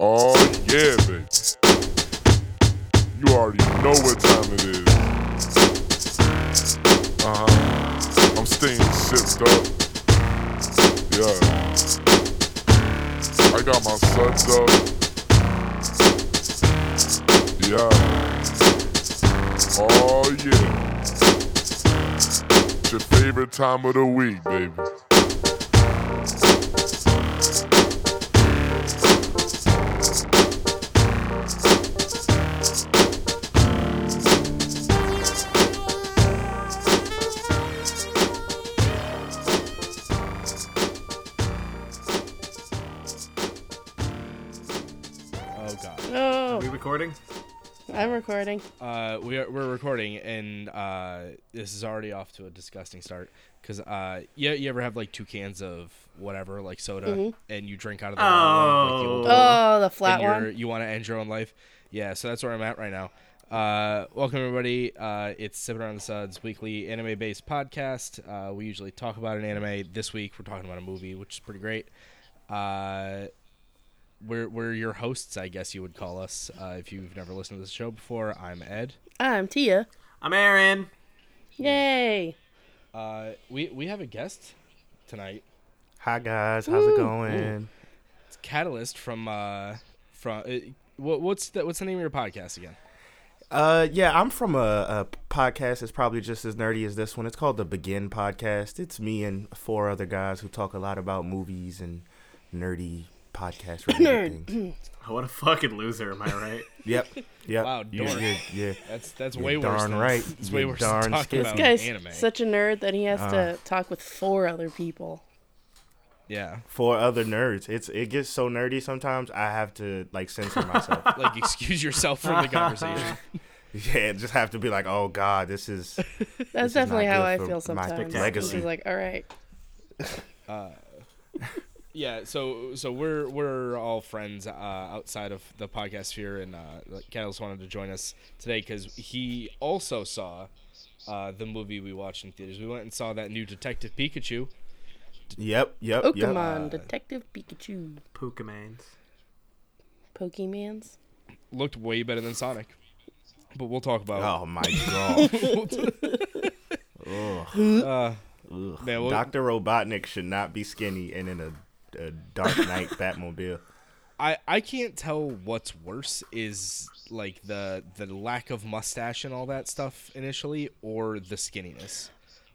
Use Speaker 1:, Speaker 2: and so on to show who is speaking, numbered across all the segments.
Speaker 1: Oh, yeah, baby. You already know what time it is. Uh huh. I'm staying sipped up. Yeah. I got my suds up. Yeah. Oh, yeah. It's your favorite time of the week, baby.
Speaker 2: Oh god.
Speaker 3: Oh,
Speaker 4: we recording?
Speaker 3: I'm recording.
Speaker 2: Uh, we are, we're recording, and uh, this is already off to a disgusting start. Cause uh, you, you ever have like two cans of whatever, like soda, and you drink out of the wrong one, like, you will
Speaker 4: Oh.
Speaker 2: blow up,
Speaker 3: Oh, the
Speaker 2: and
Speaker 3: flat
Speaker 2: you're-
Speaker 3: one.
Speaker 2: You want to end your own life? Yeah. So that's where I'm at right now. Uh, welcome everybody. Uh, it's Sipping Around the Suds weekly anime-based podcast. Uh, we usually talk about an anime. This week we're talking about a movie, which is pretty great. Uh, we're we're your hosts, I guess you would call us. Uh, if you've never listened to this show before, I'm Ed.
Speaker 3: I'm Tia.
Speaker 4: I'm Aaron.
Speaker 3: Yay.
Speaker 2: Uh, we we have a guest tonight.
Speaker 5: Hi guys, how's it going?
Speaker 2: It's Catalyst from uh from uh, what what's the what's the name of your podcast again?
Speaker 5: Uh, yeah, I'm from a, a podcast that's probably just as nerdy as this one. It's called the Begin Podcast. It's me and four other guys who talk a lot about movies and nerdy podcast related things.
Speaker 4: What a fucking loser, am I right?
Speaker 5: Yep, yep.
Speaker 2: Wow,
Speaker 5: you,
Speaker 2: dork.
Speaker 5: you yeah.
Speaker 2: That's that's
Speaker 5: You're
Speaker 2: way worse.
Speaker 5: darn
Speaker 2: than-
Speaker 5: right.
Speaker 2: It's way
Speaker 5: You're
Speaker 2: worse
Speaker 5: darn
Speaker 2: than talking
Speaker 5: scared.
Speaker 2: about
Speaker 3: This guy's
Speaker 2: anime.
Speaker 3: such a nerd that he has
Speaker 5: Ah.
Speaker 3: to talk with four other people.
Speaker 2: yeah.
Speaker 5: Four other nerds. It's it gets so nerdy sometimes. I have to like censor myself.
Speaker 2: Like excuse yourself from the conversation.
Speaker 5: yeah, just have to be like, oh god, this is
Speaker 3: That's
Speaker 5: is not
Speaker 3: definitely how
Speaker 5: good
Speaker 3: I
Speaker 5: for
Speaker 3: feel
Speaker 5: my
Speaker 3: sometimes.
Speaker 5: legacy.
Speaker 3: He's like, all right.
Speaker 2: yeah, so so we're we're all friends uh, outside of the podcast sphere, and uh, like, Catalyst wanted to join us today because he also saw uh, the movie we watched in theaters. We went and saw that new Detective Pikachu.
Speaker 5: yep, yep, yep.
Speaker 3: Pokemon, Detective Pikachu,
Speaker 4: Pokemans.
Speaker 3: Pokemans.
Speaker 2: Looked way better than Sonic, but we'll talk about
Speaker 5: Oh my god. Oh,
Speaker 2: Man, we'll-
Speaker 5: Dr. Robotnik should not be skinny and in a, a Dark Knight Batmobile.
Speaker 2: I I can't tell what's worse is like the the lack of mustache and all that stuff initially, or the skinniness,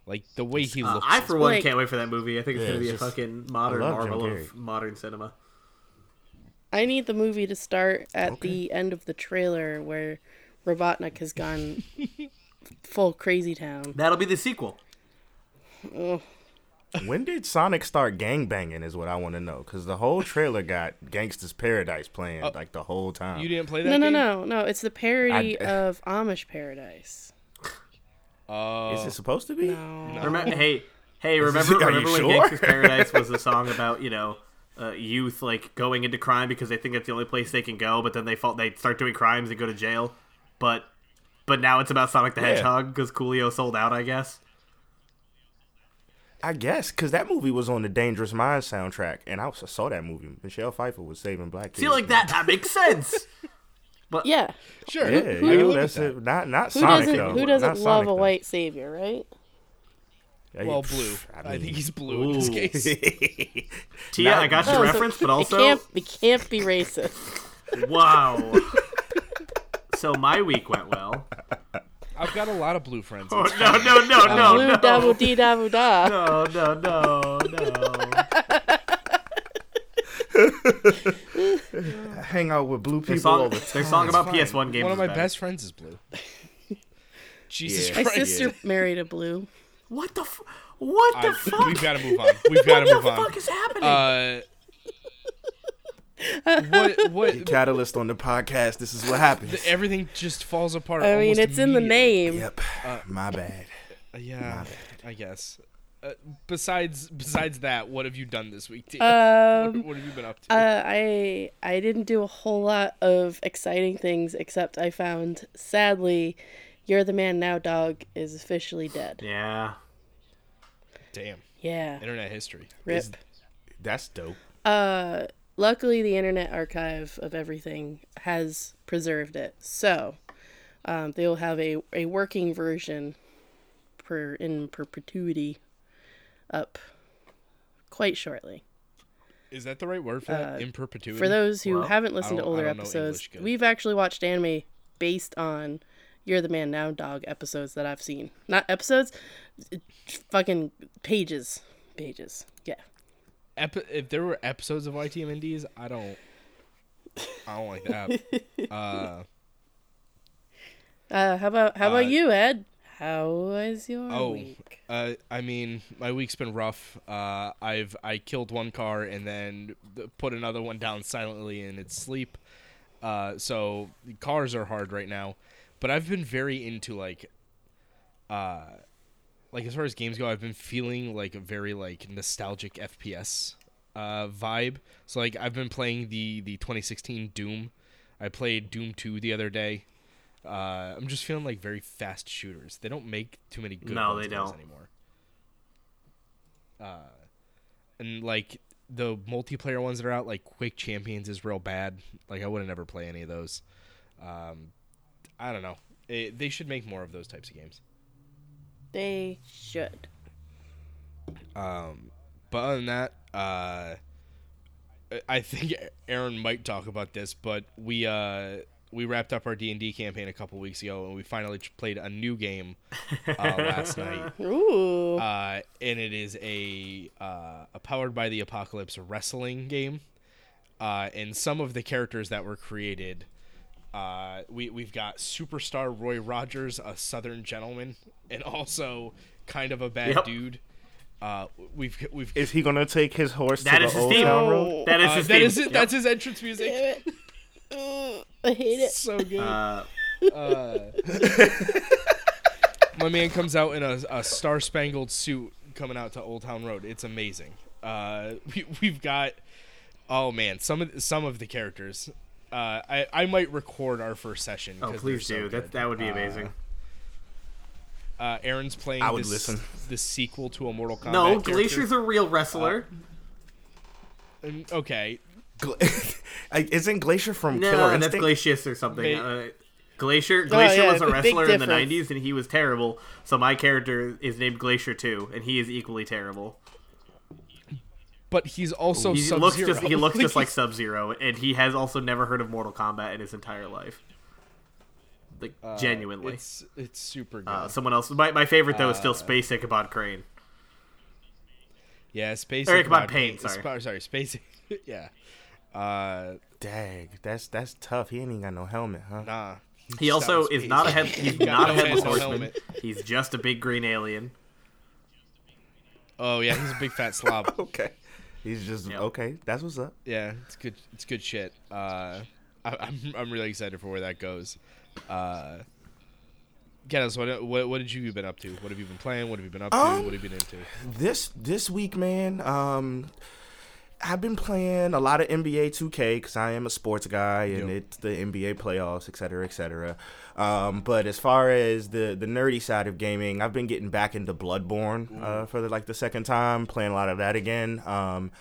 Speaker 2: like the way he
Speaker 4: Uh,
Speaker 2: looks.
Speaker 4: I,
Speaker 2: is-
Speaker 4: for one,
Speaker 3: Like-
Speaker 4: can't wait for that movie. I think it's
Speaker 5: Yeah,
Speaker 4: going to be
Speaker 5: it's
Speaker 4: a
Speaker 5: just-
Speaker 4: fucking modern
Speaker 5: I love Jim
Speaker 4: marvel of
Speaker 5: Carrey.
Speaker 4: modern cinema.
Speaker 3: I need the movie to start at the end of the trailer where Robotnik has gone full crazy town.
Speaker 4: That'll be the sequel.
Speaker 5: When did Sonic start gangbanging is what I want to know. Because the whole trailer got Gangsta's Paradise playing like the whole time.
Speaker 2: Oh. you didn't play that.
Speaker 3: No, no,
Speaker 2: game?
Speaker 3: no, no. It's the parody
Speaker 5: I-
Speaker 3: of Amish Paradise.
Speaker 2: Oh.
Speaker 5: is it supposed to be?
Speaker 4: Remem- hey, hey, remember,
Speaker 5: are you
Speaker 4: remember when
Speaker 5: sure?
Speaker 4: Gangsta's Paradise was a song about, you know, uh, youth like going into crime because they think that's the only place they can go, but then they fall, they start doing crimes and go to jail. But but now it's about Sonic the Hedgehog because Coolio sold out, I guess.
Speaker 5: I guess. Because that movie was on the Dangerous Minds soundtrack. And I, was, I saw that movie. Michelle Pfeiffer was saving black kids.
Speaker 4: See, like that, that makes sense.
Speaker 3: Yeah.
Speaker 2: Sure.
Speaker 5: Yeah,
Speaker 2: I
Speaker 5: you
Speaker 2: can
Speaker 5: know,
Speaker 2: live with
Speaker 5: that's
Speaker 2: that.
Speaker 5: it. Not, not
Speaker 3: Who
Speaker 5: Sonic,
Speaker 3: doesn't
Speaker 5: though.
Speaker 3: who doesn't
Speaker 5: Not
Speaker 3: love
Speaker 5: Sonic,
Speaker 3: a
Speaker 5: though.
Speaker 3: white savior, right?
Speaker 5: Hey,
Speaker 2: Well,
Speaker 5: pff,
Speaker 2: blue. I,
Speaker 5: mean,
Speaker 2: think he's blue in this
Speaker 4: Ooh.
Speaker 2: case.
Speaker 4: Tia, I got your
Speaker 3: Oh, so
Speaker 4: reference, but also
Speaker 3: it can't it can't be racist.
Speaker 4: Wow. so my week went well.
Speaker 2: I've got a lot of blue friends.
Speaker 4: Oh, no, no, no, no,
Speaker 3: Blue
Speaker 4: no.
Speaker 3: double D double da.
Speaker 4: No, no, no, no.
Speaker 5: I hang out with blue people
Speaker 4: Their
Speaker 5: all
Speaker 4: song,
Speaker 5: the
Speaker 4: their
Speaker 5: time.
Speaker 4: song about PS1 games.
Speaker 2: One of
Speaker 4: is
Speaker 2: my
Speaker 4: better.
Speaker 2: best friends is blue. Jesus
Speaker 5: Yeah.
Speaker 3: My
Speaker 2: Christ!
Speaker 3: sister married a blue.
Speaker 4: What the? F- what the
Speaker 2: I-
Speaker 4: fuck?
Speaker 2: we've got to move on. We've got to
Speaker 4: what
Speaker 2: move
Speaker 4: the
Speaker 2: on.
Speaker 4: fuck is happening?
Speaker 2: Uh, what what
Speaker 5: Catalyst on the podcast. This is what happens.
Speaker 2: everything just falls apart.
Speaker 3: I mean,
Speaker 2: almost
Speaker 3: it's in the
Speaker 2: immediately.
Speaker 3: name.
Speaker 5: Yep. my bad.
Speaker 2: Uh, Yeah, I guess. Uh, besides besides that, what have you done this week? Tia?
Speaker 3: Um,
Speaker 2: what have you been up to?
Speaker 3: uh, I I didn't do a whole lot of exciting things except I found sadly, you're the man now. Dog is officially dead.
Speaker 4: yeah.
Speaker 2: Damn,
Speaker 3: Yeah,
Speaker 2: internet history.
Speaker 3: rip.
Speaker 5: That's dope.
Speaker 3: luckily the internet archive of everything has preserved it so um, they'll have a, a working version per in perpetuity up quite shortly
Speaker 2: Is that the right word for that? In perpetuity.
Speaker 3: uh, for those who
Speaker 4: Well,
Speaker 3: haven't listened to
Speaker 2: Mm, I don't- I
Speaker 3: older
Speaker 2: don't know
Speaker 3: episodes
Speaker 2: English good.
Speaker 3: we've actually watched anime based on you're the man now dog episodes that i've seen not episodes fucking pages pages yeah
Speaker 2: Epi- if there were episodes of YTMNDs, I don't. I don't like that. uh,
Speaker 3: Uh, how about
Speaker 2: Uh,
Speaker 3: how about you, Ed? How was your
Speaker 2: oh,
Speaker 3: week?
Speaker 2: uh, I mean, my week's been rough. Uh, I've I killed one car and then th- put another one down silently in its sleep. Uh, so cars are hard right now, but I've been very into like, uh, like as far as games go, I've been feeling like a very like nostalgic FPS uh, vibe. So like I've been playing the the 2016 Doom. I played Doom 2 the other day. Uh, I'm just feeling like very fast shooters. They don't make too many good
Speaker 4: No,
Speaker 2: ones
Speaker 4: they
Speaker 2: of those
Speaker 4: don't.
Speaker 2: anymore. Uh, and like the multiplayer ones that are out, like Quake Champions, is real bad. Like I would have never play any of those. Um, I don't know. It, they should make more of those types of games.
Speaker 3: They should.
Speaker 2: But other than that, uh, I- I think Aaron might talk about this, but we uh, we wrapped up our D and D campaign a couple weeks ago, and we finally ch- played a new game uh, last night,
Speaker 3: Ooh,
Speaker 2: uh, and it is a uh, a powered by the apocalypse wrestling game, uh, and some of the characters that were created. Uh, we we've got superstar Roy Rogers, a Southern gentleman, and also kind of a bad
Speaker 4: Yep.
Speaker 2: dude. Uh, we've we've
Speaker 5: Is he gonna take his horse
Speaker 4: That
Speaker 5: to
Speaker 4: is
Speaker 5: the
Speaker 4: his
Speaker 5: old
Speaker 4: theme.
Speaker 5: town road?
Speaker 3: oh,
Speaker 4: That is
Speaker 2: Uh,
Speaker 4: his
Speaker 2: that
Speaker 4: theme.
Speaker 2: is it.
Speaker 4: Yep.
Speaker 2: That's his entrance music.
Speaker 3: damn it. Ugh, I hate it.
Speaker 2: So good.
Speaker 4: Uh,
Speaker 2: My man comes out in a, a star spangled suit coming out to Old Town Road. It's amazing. Uh, we, we've got oh man, some of some of the characters. Uh, I I might record our first session.
Speaker 4: oh,
Speaker 2: 'cause
Speaker 4: please
Speaker 2: they're so
Speaker 4: do.
Speaker 2: good.
Speaker 4: That that would be amazing.
Speaker 2: Uh, Aaron's playing.
Speaker 5: I would
Speaker 2: this,
Speaker 5: listen.
Speaker 2: The sequel to a Mortal Kombat.
Speaker 4: no,
Speaker 2: character.
Speaker 4: Glacier's a real
Speaker 2: Uh,
Speaker 4: wrestler.
Speaker 2: Mm, Okay,
Speaker 5: Gla- Like, Isn't Glacier from
Speaker 4: no,
Speaker 5: Killer
Speaker 4: and that's
Speaker 5: Instinct?
Speaker 4: Glacius or something.
Speaker 2: Mate.
Speaker 4: Uh, Glacier Glacier
Speaker 3: yeah,
Speaker 4: was a
Speaker 3: big
Speaker 4: wrestler in the
Speaker 3: difference.
Speaker 4: '90s, and he was terrible. So my character is named Glacier too, and he is equally terrible.
Speaker 2: but he's also
Speaker 4: He
Speaker 2: Sub-Zero.
Speaker 4: looks just he looks just like
Speaker 2: he's-
Speaker 4: Sub Zero, and he has also never heard of Mortal Kombat in his entire life. Like genuinely.
Speaker 2: It's it's super good.
Speaker 4: Uh, someone else. My, my favorite though is still Space Ichabod Crane.
Speaker 2: yeah, space.
Speaker 4: Eric
Speaker 2: Ichabod
Speaker 4: Von Payne,
Speaker 2: Crane-
Speaker 4: sorry.
Speaker 2: sorry, space. yeah. Uh,
Speaker 5: Dag, that's that's tough. He ain't even got no helmet, huh?
Speaker 2: nah.
Speaker 4: He also is not a head. He's not
Speaker 2: no
Speaker 4: a
Speaker 2: head,
Speaker 4: headless
Speaker 2: no
Speaker 4: horseman.
Speaker 2: helmet.
Speaker 4: He's just a big green alien.
Speaker 2: Oh yeah, he's a big fat slob.
Speaker 5: Okay. He's just
Speaker 4: Yep.
Speaker 5: okay. That's what's up.
Speaker 2: yeah, it's good. It's good shit. Uh, I, I'm I'm really excited for where that goes. Uh, Kenneth, what, what what did you been up to? What have you been playing? What have you been up to?
Speaker 5: Um,
Speaker 2: what have you been into?
Speaker 5: This this week, man. Um, I've been playing a lot of NBA 2K because I am a sports guy and
Speaker 2: Yep.
Speaker 5: it's the NBA playoffs, et cetera, et cetera. Um, but as far as the the nerdy side of gaming, I've been getting back into Bloodborne uh, for the, like the second time, playing a lot of that again. Um,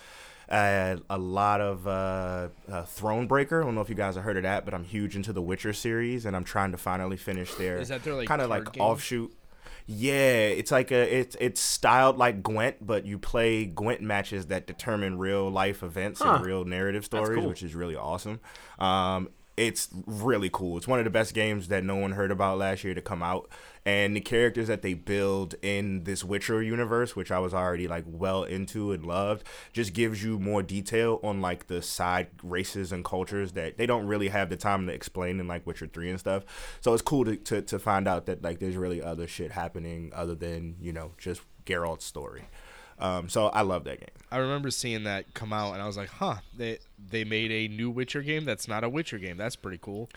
Speaker 5: uh, a lot of uh, uh, Thronebreaker. I don't know if you guys have heard of that, but I'm huge into the Witcher series, and I'm trying to finally finish their
Speaker 2: Is that their, like,
Speaker 5: kind of
Speaker 2: card
Speaker 5: like
Speaker 2: game?
Speaker 5: offshoot. Yeah, it's like a it's it's styled like Gwent, but you play Gwent matches that determine real life events
Speaker 4: Huh.
Speaker 5: and real narrative stories,
Speaker 4: cool.
Speaker 5: which is really awesome. Um, it's really cool. It's one of the best games that no one heard about last year to come out, and the characters that they build in this Witcher universe, which I was already like well into and loved, just gives you more detail on like the side races and cultures that they don't really have the time to explain in like Witcher Three and stuff. So it's cool to to, to find out that like there's really other shit happening other than you know just Geralt's story. Um, so I love that game.
Speaker 2: I remember seeing that come out, and I was like, "Huh, they they made a new Witcher game that's not a Witcher game. That's pretty cool."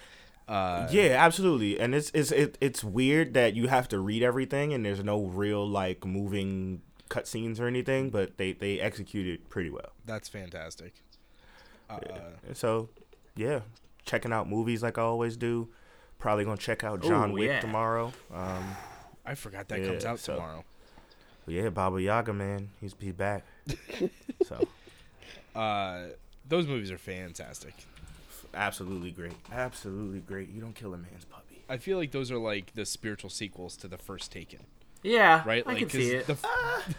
Speaker 2: Uh,
Speaker 5: Yeah, absolutely. And it's it's it, it's weird that you have to read everything and there's no real like moving cutscenes or anything, but they they execute it pretty well.
Speaker 2: that's fantastic.
Speaker 5: So, yeah, checking out movies like I always do. Probably gonna check out John
Speaker 4: Ooh,
Speaker 5: Wick
Speaker 4: yeah.
Speaker 5: tomorrow. Um,
Speaker 2: I forgot that
Speaker 5: Yeah,
Speaker 2: comes out
Speaker 5: so-
Speaker 2: tomorrow.
Speaker 5: yeah, Baba Yaga man, he's he's back. so
Speaker 2: Uh, those movies are fantastic.
Speaker 5: Absolutely great. Absolutely great. You don't kill a man's puppy.
Speaker 2: I feel like those are like the spiritual sequels to the first Taken,
Speaker 4: Yeah,
Speaker 2: right?
Speaker 4: I
Speaker 2: like
Speaker 4: can see
Speaker 2: 'cause
Speaker 4: it.
Speaker 2: the f-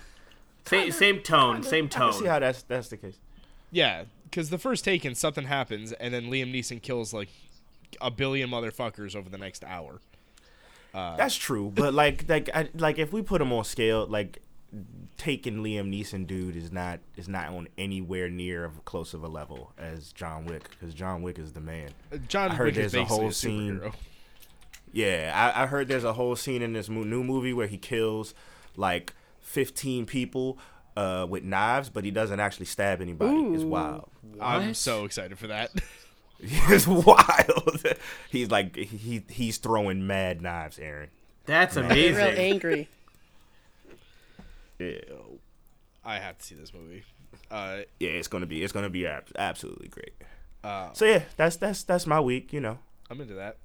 Speaker 4: same, same tone, same
Speaker 5: I can see
Speaker 4: tone.
Speaker 5: how that's that's the case.
Speaker 2: yeah, because the first Taken, something happens, and then Liam Neeson kills like a billion motherfuckers over the next hour.
Speaker 5: That's true, but like like I, like if we put him on scale, like taking Liam Neeson dude is not is not on anywhere near of close of a level as John Wick because John Wick is the man.
Speaker 2: Uh, John
Speaker 5: I heard
Speaker 2: Wick is
Speaker 5: there's a
Speaker 2: basically
Speaker 5: whole
Speaker 2: a
Speaker 5: scene-
Speaker 2: superhero.
Speaker 5: Yeah, I, I heard there's a whole scene in this mo- new movie where he kills like 15 people uh, with knives, but he doesn't actually stab anybody. It's
Speaker 3: Ooh.
Speaker 5: wild.
Speaker 2: I'm so excited for that.
Speaker 5: it's wild. he's like he he's throwing mad knives, Aaron.
Speaker 4: That's
Speaker 3: Get real
Speaker 4: amazing.
Speaker 3: angry.
Speaker 5: Yeah,
Speaker 2: I have to see this movie. Uh,
Speaker 5: yeah, it's gonna be it's gonna be ab- absolutely great. so yeah, that's that's that's my week. You know,
Speaker 2: I'm into that.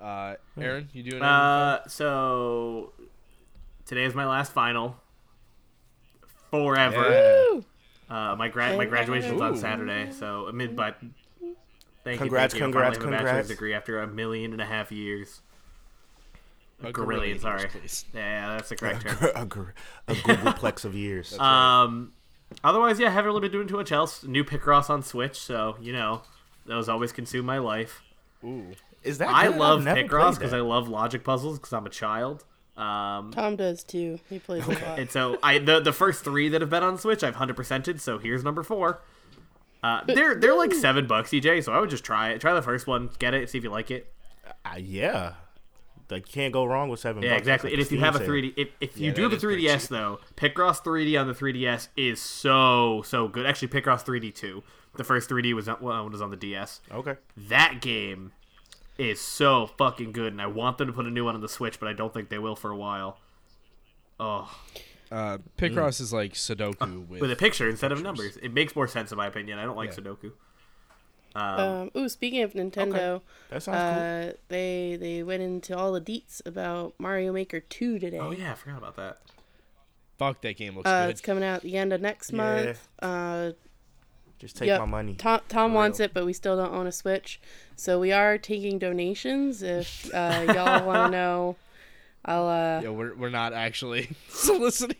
Speaker 2: Uh, Aaron, you doing anything?
Speaker 4: Uh, so today is my last final forever.
Speaker 2: Yeah.
Speaker 3: Woo!
Speaker 4: Uh, my gra- my graduation's on
Speaker 2: Ooh.
Speaker 4: Saturday, so I mean, but thank
Speaker 5: Congrats,
Speaker 4: you, thank you. I
Speaker 5: congrats,
Speaker 4: finally have a
Speaker 5: congrats.
Speaker 4: bachelor's degree after a million and a half years.
Speaker 2: A
Speaker 4: Gorillion,
Speaker 2: gorillion,
Speaker 4: sorry.
Speaker 2: please.
Speaker 4: Yeah, that's the correct term.
Speaker 5: a, gr- a Googleplex of years.
Speaker 4: Um, otherwise, yeah, haven't really been doing too much else. New Picross on Switch, so you know those always consume my life.
Speaker 2: Ooh.
Speaker 5: is that
Speaker 4: I
Speaker 5: good? I've
Speaker 4: love
Speaker 5: never
Speaker 4: Picross
Speaker 5: played
Speaker 4: because I
Speaker 5: that.
Speaker 4: love logic puzzles because I'm a child. Um,
Speaker 3: Tom does too. He plays a lot.
Speaker 4: and so I the the first three that have been on Switch, I've hundred percented. So here's number four. Uh, they're they're like seven bucks, EJ. So I would just try it. Try the first one, get it, see if you like it.
Speaker 5: Uh, yeah. Like you can't go wrong with seven.
Speaker 4: Yeah,
Speaker 5: bucks.
Speaker 4: exactly.
Speaker 5: That's
Speaker 4: And
Speaker 5: like
Speaker 4: if you
Speaker 5: Steam
Speaker 4: have a
Speaker 5: sale.
Speaker 4: 3D, if, if you
Speaker 2: Yeah, that
Speaker 4: do have a
Speaker 2: is pretty
Speaker 4: 3DS though, Picross 3D on the 3DS is so so good. Actually, Picross 3D too. The first 3D was on, well, was on the DS.
Speaker 5: okay,
Speaker 4: That game is so fucking good, and I want them to put a new one on the Switch, but I don't think they will for a while. Oh,
Speaker 2: Uh,
Speaker 5: Mm.
Speaker 2: Picross is like Sudoku with,
Speaker 4: with a picture instead of numbers, it makes more sense in my opinion. I don't like Sudoku.
Speaker 3: Um, ooh, speaking of Nintendo,
Speaker 5: that sounds cool.
Speaker 3: uh, they they went into all the deets about Mario Maker 2 today.
Speaker 4: Oh yeah, I forgot about that.
Speaker 2: Fuck, that game looks
Speaker 3: Uh,
Speaker 2: good.
Speaker 3: it's coming out at the end of next month. Uh,
Speaker 5: Just take
Speaker 3: yep.
Speaker 5: my money.
Speaker 3: Tom, Tom wants it, but we still don't own a Switch. So we are taking donations. If uh, y'all want to know, I'll. Uh,
Speaker 2: Yeah, we're, we're not actually soliciting.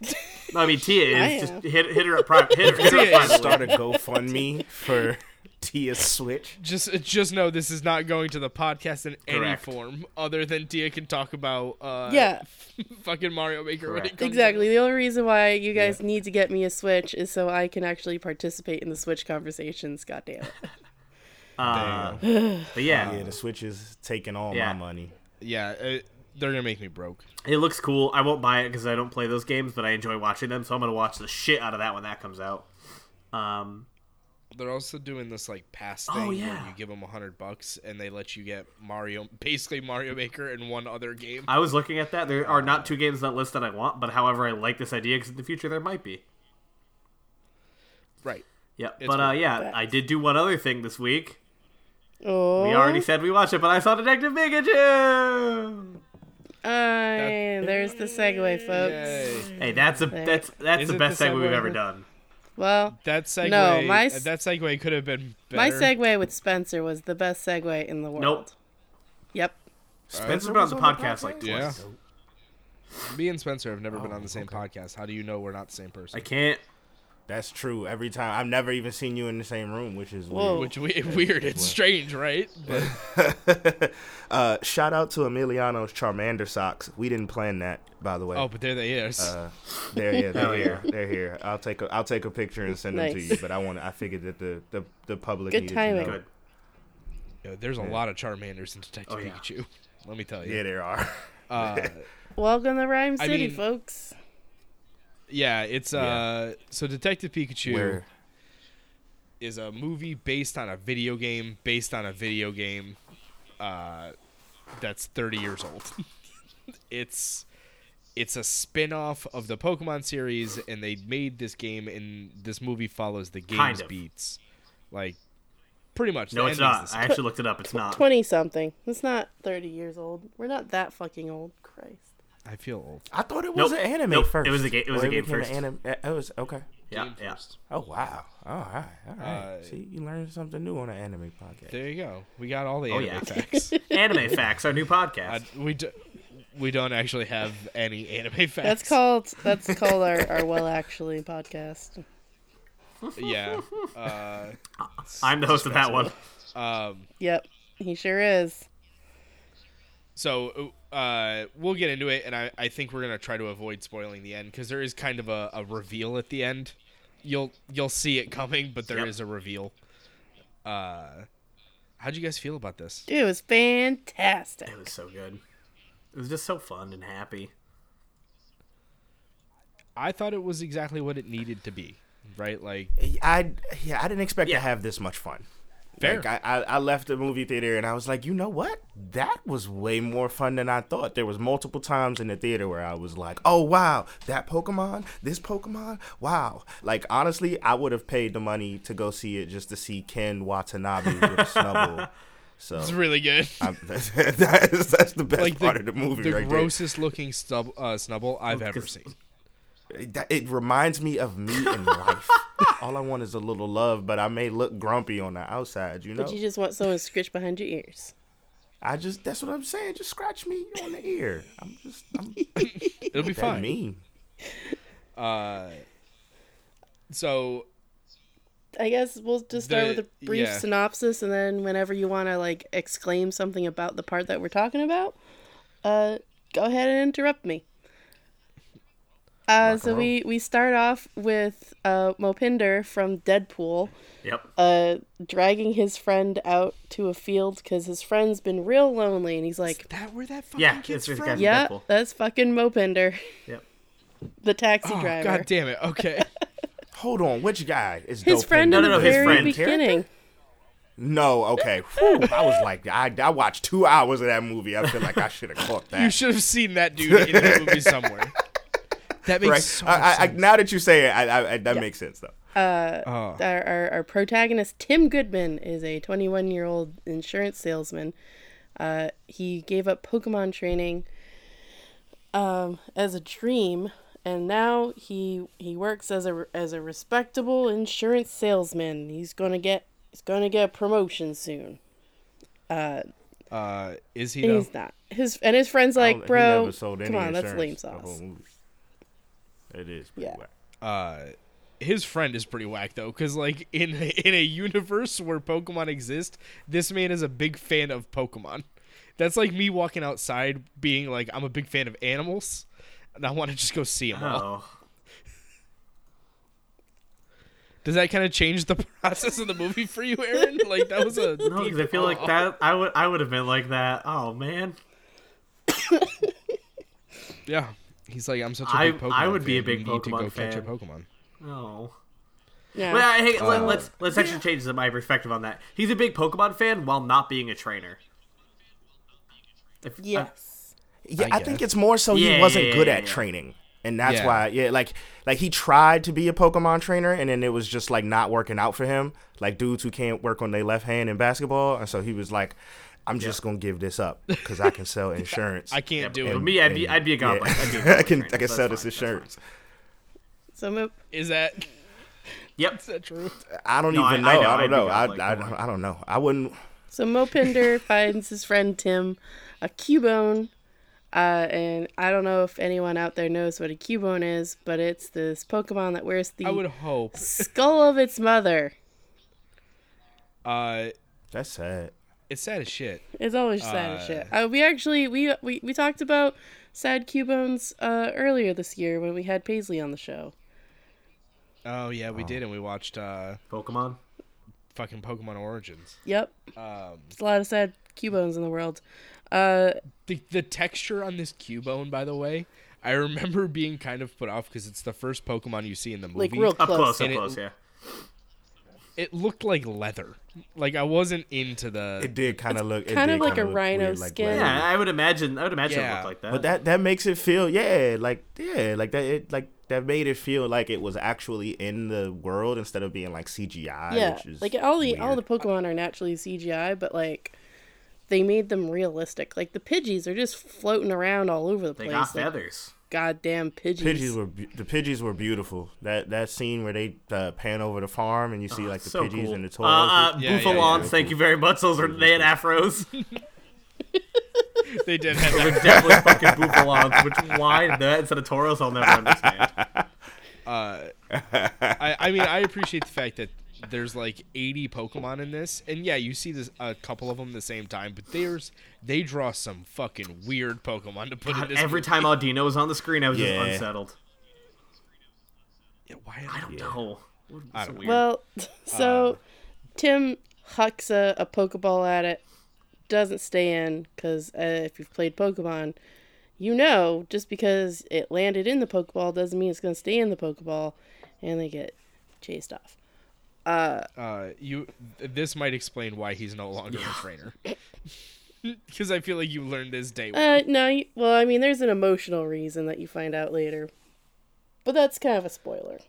Speaker 4: No, I mean Tia
Speaker 3: I
Speaker 4: is
Speaker 3: am.
Speaker 4: just hit, hit her up private. Hit her, hit her
Speaker 2: Tia
Speaker 4: up
Speaker 2: is
Speaker 4: privately.
Speaker 5: Start a GoFundMe for Tia's Switch.
Speaker 2: just just know this is not going to the podcast in any
Speaker 4: Correct.
Speaker 2: form other than Dia can talk about uh,
Speaker 3: yeah,
Speaker 2: fucking Mario Maker when it
Speaker 4: Correct.
Speaker 2: comes
Speaker 3: exactly. The only reason why you guys need to get me a Switch is so I can actually participate in the Switch conversations. God damn it.
Speaker 4: Uh, but
Speaker 5: Yeah, the Switch is taking all
Speaker 4: Uh, Yeah.
Speaker 5: my money.
Speaker 2: Yeah, uh they're gonna make me broke.
Speaker 4: It looks cool. I won't buy it because I don't play those games, but I enjoy watching them, so I'm gonna watch the shit out of that when that comes out. Um,
Speaker 2: They're also doing this like pass
Speaker 4: Oh,
Speaker 2: thing
Speaker 4: yeah.
Speaker 2: where you give them a hundred bucks and they let you get Mario, basically Mario Maker and one other game.
Speaker 4: I was looking at that. There are not two games on that list that I want, but however, I like this idea because in the future there might be.
Speaker 2: Right.
Speaker 4: Yeah,
Speaker 2: It's
Speaker 4: but uh,
Speaker 2: cool.
Speaker 4: yeah, I did do one other thing this week.
Speaker 3: Oh,
Speaker 4: We already said we watched it, but I saw Detective Pikachu.
Speaker 3: Aye, there's the segue, folks.
Speaker 2: Yay.
Speaker 4: Hey, that's a that's that's
Speaker 2: Isn't
Speaker 4: the best
Speaker 2: the
Speaker 4: thing we've
Speaker 2: segue-
Speaker 4: ever done.
Speaker 3: Well,
Speaker 2: That segue.
Speaker 3: No, my s-
Speaker 2: that segue could have been better.
Speaker 3: my segue with Spencer was the best segue in the world.
Speaker 4: Nope.
Speaker 3: Yep.
Speaker 4: Spencer's been on the podcast like twice.
Speaker 2: Yeah. Me and Spencer have never been on the same podcast. How do you know we're not the same
Speaker 4: I
Speaker 2: person?
Speaker 4: can't.
Speaker 5: That's true. Every time I've never even seen you in the same room, which is
Speaker 3: Whoa.
Speaker 2: Which we, weird. It's strange, right? But
Speaker 5: weird. uh, shout out to Emiliano's Charmander socks. We didn't plan that, by the way.
Speaker 2: oh, but there they is.
Speaker 5: Uh, they're yeah,
Speaker 4: Oh,
Speaker 5: they're
Speaker 4: yeah.
Speaker 5: here. They're here. I'll take a I'll take a picture and send them to
Speaker 3: Nice.
Speaker 5: you. But I want I figured that the the, the public
Speaker 3: Good
Speaker 5: needed
Speaker 3: timing.
Speaker 5: to know.
Speaker 4: Good.
Speaker 2: Yeah, there's a lot of Charmanders in Detective
Speaker 4: Oh, yeah.
Speaker 2: Pikachu. Let me tell you.
Speaker 5: Yeah, there are.
Speaker 2: Uh,
Speaker 3: Welcome to Rhyme
Speaker 2: I
Speaker 3: City,
Speaker 2: mean-
Speaker 3: folks.
Speaker 2: yeah, it's uh, so Detective Pikachu
Speaker 5: Where
Speaker 2: is a movie based on a video game, based on a video game, uh, that's 30 years old. it's it's a spin-off of the Pokemon series, and they made this game, and this movie follows the game's
Speaker 4: Kind of.
Speaker 2: beats, like pretty much.
Speaker 4: No,
Speaker 2: the
Speaker 4: it's
Speaker 2: ending's
Speaker 4: not.
Speaker 2: the
Speaker 4: I actually looked it up. It's not.
Speaker 3: 20 something. It's not 30 years old. We're not that fucking old. Christ.
Speaker 2: I feel old.
Speaker 5: I thought it
Speaker 4: Nope.
Speaker 5: was an anime
Speaker 4: Nope. It
Speaker 5: first.
Speaker 4: was a ga- it was
Speaker 5: Or
Speaker 4: a game
Speaker 5: became an
Speaker 4: first.
Speaker 5: anim- uh, it was okay.
Speaker 4: Yeah,
Speaker 2: game
Speaker 4: yeah.
Speaker 2: first.
Speaker 5: Oh wow! All right, all right.
Speaker 2: Uh,
Speaker 5: See, you learned something new on an anime podcast.
Speaker 2: There you go. We got all the anime
Speaker 4: Oh, yeah.
Speaker 2: facts.
Speaker 4: Anime Facts, our new podcast.
Speaker 2: I, we do, we don't actually have any anime facts.
Speaker 3: That's called that's called our, our well actually podcast.
Speaker 2: yeah. Uh,
Speaker 4: I'm the host of that one.
Speaker 3: Yep, he sure is.
Speaker 2: so uh, we'll get into it, and I, I think we're gonna try to avoid spoiling the end because there is kind of a, a reveal at the end. You'll you'll see it coming, but there is
Speaker 4: Yep.
Speaker 2: a reveal. Uh, how'd you guys feel about this?
Speaker 3: It was fantastic.
Speaker 4: It was so good. It was just so fun and happy.
Speaker 2: I thought it was exactly what it needed to be, right? Like
Speaker 5: I yeah, I didn't expect
Speaker 4: Yeah.
Speaker 5: to have this much fun.
Speaker 2: Fair.
Speaker 5: Like I, I, I left the movie theater and I was like, you know what? That was way more fun than I thought. There was multiple times in the theater where I was like, oh wow, that Pokemon, this Pokemon, wow. Like honestly, I would have paid the money to go see it just to see Ken Watanabe with a snubble. So
Speaker 2: it's really good.
Speaker 5: I'm, that is, that's the best
Speaker 2: like
Speaker 5: part of the movie
Speaker 2: the
Speaker 5: right Oh,
Speaker 2: grossest looking stub, uh, snubble I've ever
Speaker 4: Because-
Speaker 2: seen.
Speaker 5: there. That, it reminds me of me in life. All I want is a little love, but I may look grumpy on the outside, you know.
Speaker 4: Oh.
Speaker 3: But you just want someone to scritch behind your ears.
Speaker 5: I just that's what I'm saying. Just scratch me on the ear. I'm just I'm
Speaker 2: It'll be
Speaker 5: that
Speaker 2: fun.
Speaker 5: mean.
Speaker 2: So
Speaker 3: I guess we'll just start
Speaker 2: The-
Speaker 3: with a brief
Speaker 2: yeah.
Speaker 3: synopsis, and then whenever you want to like exclaim something about the part that we're talking about, uh, go ahead and interrupt me. Uh, so we we start off with uh, Mopinder from Deadpool
Speaker 4: Yep.
Speaker 3: uh, dragging his friend out to a field because his friend's been real lonely, and he's like,
Speaker 2: that where that fucking
Speaker 4: yeah,
Speaker 2: kid's
Speaker 4: it's it's
Speaker 2: from?
Speaker 4: got
Speaker 3: "Yeah,
Speaker 4: Deadpool.
Speaker 3: that's fucking Mopinder,
Speaker 4: Yep.
Speaker 3: the taxi
Speaker 2: Oh,
Speaker 3: driver."
Speaker 2: God damn it. Okay.
Speaker 5: Hold on, which guy is
Speaker 3: His
Speaker 5: dope
Speaker 3: friend
Speaker 5: in
Speaker 3: in
Speaker 4: No, no,
Speaker 3: the
Speaker 4: no, his
Speaker 3: very
Speaker 4: friend.
Speaker 3: beginning.
Speaker 5: No, okay. Whew, I was like, I, I watched two hours of that movie. I feel like I should have caught that.
Speaker 2: you should have seen that dude in the movie somewhere. That makes
Speaker 5: right?
Speaker 2: so much
Speaker 5: I, I, I,
Speaker 2: sense.
Speaker 5: now that you say it, I, I, I- that makes sense though.
Speaker 3: our, our, our protagonist Tim Goodman is a 21 year old insurance salesman. Uh, he gave up Pokemon training um, as a dream, and now he he works as a as a respectable insurance salesman. He's gonna get he's gonna get a promotion soon.
Speaker 2: uh, is he
Speaker 3: And
Speaker 2: though?
Speaker 3: He's not his and his friends like
Speaker 5: He
Speaker 3: bro.
Speaker 5: never sold
Speaker 3: Come
Speaker 5: any
Speaker 3: on, that's lame
Speaker 5: insurance the whole
Speaker 3: sauce.
Speaker 5: movie. It is.
Speaker 3: Yeah.
Speaker 5: Yeah.
Speaker 2: His friend is pretty whack though, because like in in a universe where Pokemon exist, this man is a big fan of Pokemon. That's like me walking outside being like, I'm a big fan of animals, and I want to just go see them all.
Speaker 4: Oh.
Speaker 2: Does that kind of change the process of the movie for you, Aaron? Like that was a
Speaker 4: No, because I feel like that I would I would have been like that. Oh man,
Speaker 2: yeah. He's like, I'm such a
Speaker 4: I-
Speaker 2: big Pokemon.
Speaker 4: I would be
Speaker 2: fan.
Speaker 4: a big
Speaker 2: you need to go
Speaker 4: Pokemon
Speaker 2: catch a
Speaker 4: fan."
Speaker 2: Pokemon.
Speaker 4: no.
Speaker 3: Yeah.
Speaker 4: But I, hey, let, let's let's actually change the- my perspective on that. He's a big Pokemon fan while not being a trainer. If- uh,
Speaker 3: yes.
Speaker 5: Yeah,
Speaker 2: I
Speaker 5: I, think
Speaker 2: guess.
Speaker 5: it's more so
Speaker 4: Yeah,
Speaker 5: he wasn't
Speaker 4: yeah,
Speaker 5: good
Speaker 4: yeah,
Speaker 5: at
Speaker 4: yeah.
Speaker 5: training. And that's
Speaker 2: Yeah.
Speaker 5: why, yeah, like, like he tried to be a Pokemon trainer, and then it was just like not working out for him. Like dudes who can't work on their left hand in basketball, and so he was like, "I'm just gonna give this up because I can sell insurance.
Speaker 2: I can't do
Speaker 4: for
Speaker 2: it.
Speaker 4: me, I'd be I'd be a
Speaker 5: Yeah.
Speaker 4: goblin. I'd be a goblin
Speaker 5: I can,
Speaker 4: trainer,
Speaker 5: I can
Speaker 4: so
Speaker 5: sell
Speaker 4: that's
Speaker 5: this
Speaker 4: fine, that's
Speaker 5: insurance.
Speaker 3: So Mo-
Speaker 2: Is that
Speaker 4: fine. Yep.
Speaker 2: is that true?
Speaker 5: I don't
Speaker 4: No, I-
Speaker 5: even know.
Speaker 4: I
Speaker 5: I,
Speaker 4: know, I'd
Speaker 5: don't know.
Speaker 4: be
Speaker 5: I,
Speaker 4: like,
Speaker 5: I,
Speaker 4: come on.
Speaker 5: I don't know. I wouldn't.
Speaker 3: So Mopinder finds his friend Tim a Cubone. Uh, and I don't know if anyone out there knows what a Cubone is, but it's this Pokemon that wears the
Speaker 2: I would hope.
Speaker 3: skull of its mother.
Speaker 2: Uh,
Speaker 5: That's sad.
Speaker 2: it's sad as shit.
Speaker 3: It's always sad as shit. Uh, we actually we, we we talked about sad Cubones uh, earlier this year when we had Paisley on the show.
Speaker 2: Oh yeah, we did, and we watched uh,
Speaker 4: Pokemon.
Speaker 2: fucking Pokemon Origins.
Speaker 3: Yep, it's a lot of sad Cubones in the world. Uh,
Speaker 2: The the texture on this Cubone, by the way, I remember being kind of put off because it's the first Pokemon you see in the movie.
Speaker 3: like real
Speaker 4: Up
Speaker 3: close.
Speaker 4: close, up
Speaker 2: And it-
Speaker 4: close, yeah.
Speaker 2: It looked like leather. Like I wasn't into the.
Speaker 5: It did kind of look it
Speaker 3: kind of
Speaker 5: did
Speaker 3: like
Speaker 5: kinda
Speaker 3: a
Speaker 5: look
Speaker 3: rhino
Speaker 5: weird, like,
Speaker 3: skin.
Speaker 5: leather.
Speaker 4: Yeah, I would imagine I would imagine it
Speaker 2: Yeah.
Speaker 4: looked like that.
Speaker 5: But that that makes it feel yeah, like yeah, like that it like that made it feel like it was actually in the world instead of being like CGI.
Speaker 3: yeah,
Speaker 5: which is
Speaker 3: like all the all the
Speaker 5: weird.
Speaker 3: Pokemon are naturally CGI, but like they made them realistic. Like the Pidgeys are just floating around all over the
Speaker 4: they
Speaker 3: place.
Speaker 4: got
Speaker 3: like,
Speaker 4: feathers.
Speaker 3: goddamn pigeons.
Speaker 5: Pidgeys were be- the Pidgeys were beautiful. That that scene where they uh, pan over the farm and you see like the
Speaker 4: Ah, so
Speaker 5: Pidgeys
Speaker 4: cool.
Speaker 5: and the
Speaker 4: Uh,
Speaker 5: toys.
Speaker 4: uh,
Speaker 2: Yeah, yeah,
Speaker 4: Buffalons,
Speaker 2: yeah.
Speaker 4: thank you very much. Those are they had afros.
Speaker 2: They did have that.
Speaker 4: Definitely fucking Buffalons. Which why that instead of Toros, I'll never understand.
Speaker 2: I, I mean, I appreciate the fact that there's like 80 Pokemon in this, and yeah, you see this a couple of them the same time, but there's they draw some fucking weird Pokemon to put in this.
Speaker 4: Every
Speaker 2: movie.
Speaker 4: time Audino was on the screen, I was
Speaker 5: Yeah.
Speaker 4: just unsettled.
Speaker 2: Yeah, why?
Speaker 4: I don't know. What-
Speaker 2: I
Speaker 4: so
Speaker 2: don't-
Speaker 4: weird.
Speaker 3: Well,
Speaker 5: Uh,
Speaker 3: so Tim hucks a, a Pokeball at it, doesn't stay in, because uh, if you've played Pokemon, you know just because it landed in the Pokeball doesn't mean it's going to stay in the Pokeball, and they get chased off.
Speaker 2: Uh, you. This might explain why he's no longer a trainer. Because I feel like you learned this day. one.
Speaker 3: Uh, no, you, well, I mean, there's an emotional reason that you find out later, but that's kind of a spoiler.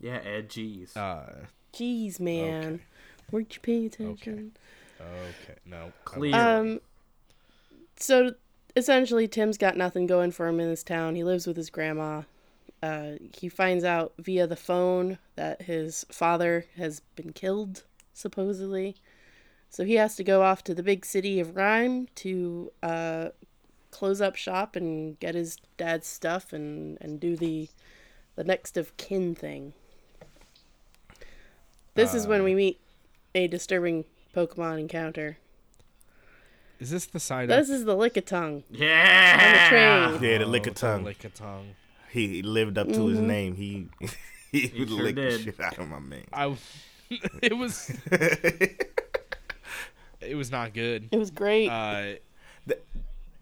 Speaker 4: yeah, Ed. Jeez.
Speaker 2: Uh,
Speaker 3: Jeez, man, weren't you paying attention?
Speaker 2: okay, no.
Speaker 4: Clearly.
Speaker 3: Um, so essentially, Tim's got nothing going for him in this town. He lives with his grandma. Uh, he finds out via the phone that his father has been killed, supposedly. So he has to go off to the big city of Rhyme to uh, close up shop and get his dad's stuff and, and do the the next of kin thing. This is when we meet a disturbing Pokemon encounter.
Speaker 2: Is this the side
Speaker 3: This is the Lickitung on the
Speaker 4: yeah.
Speaker 3: train.
Speaker 5: yeah, the
Speaker 2: of
Speaker 5: lick
Speaker 4: oh,
Speaker 5: of tongue.
Speaker 2: Lick a tongue.
Speaker 5: He lived up to his
Speaker 3: Mm-hmm.
Speaker 5: name. He he,
Speaker 4: sure
Speaker 5: licked
Speaker 4: did.
Speaker 5: the shit out of my man.
Speaker 2: I. it was. it was not good.
Speaker 3: It was great.
Speaker 2: Uh,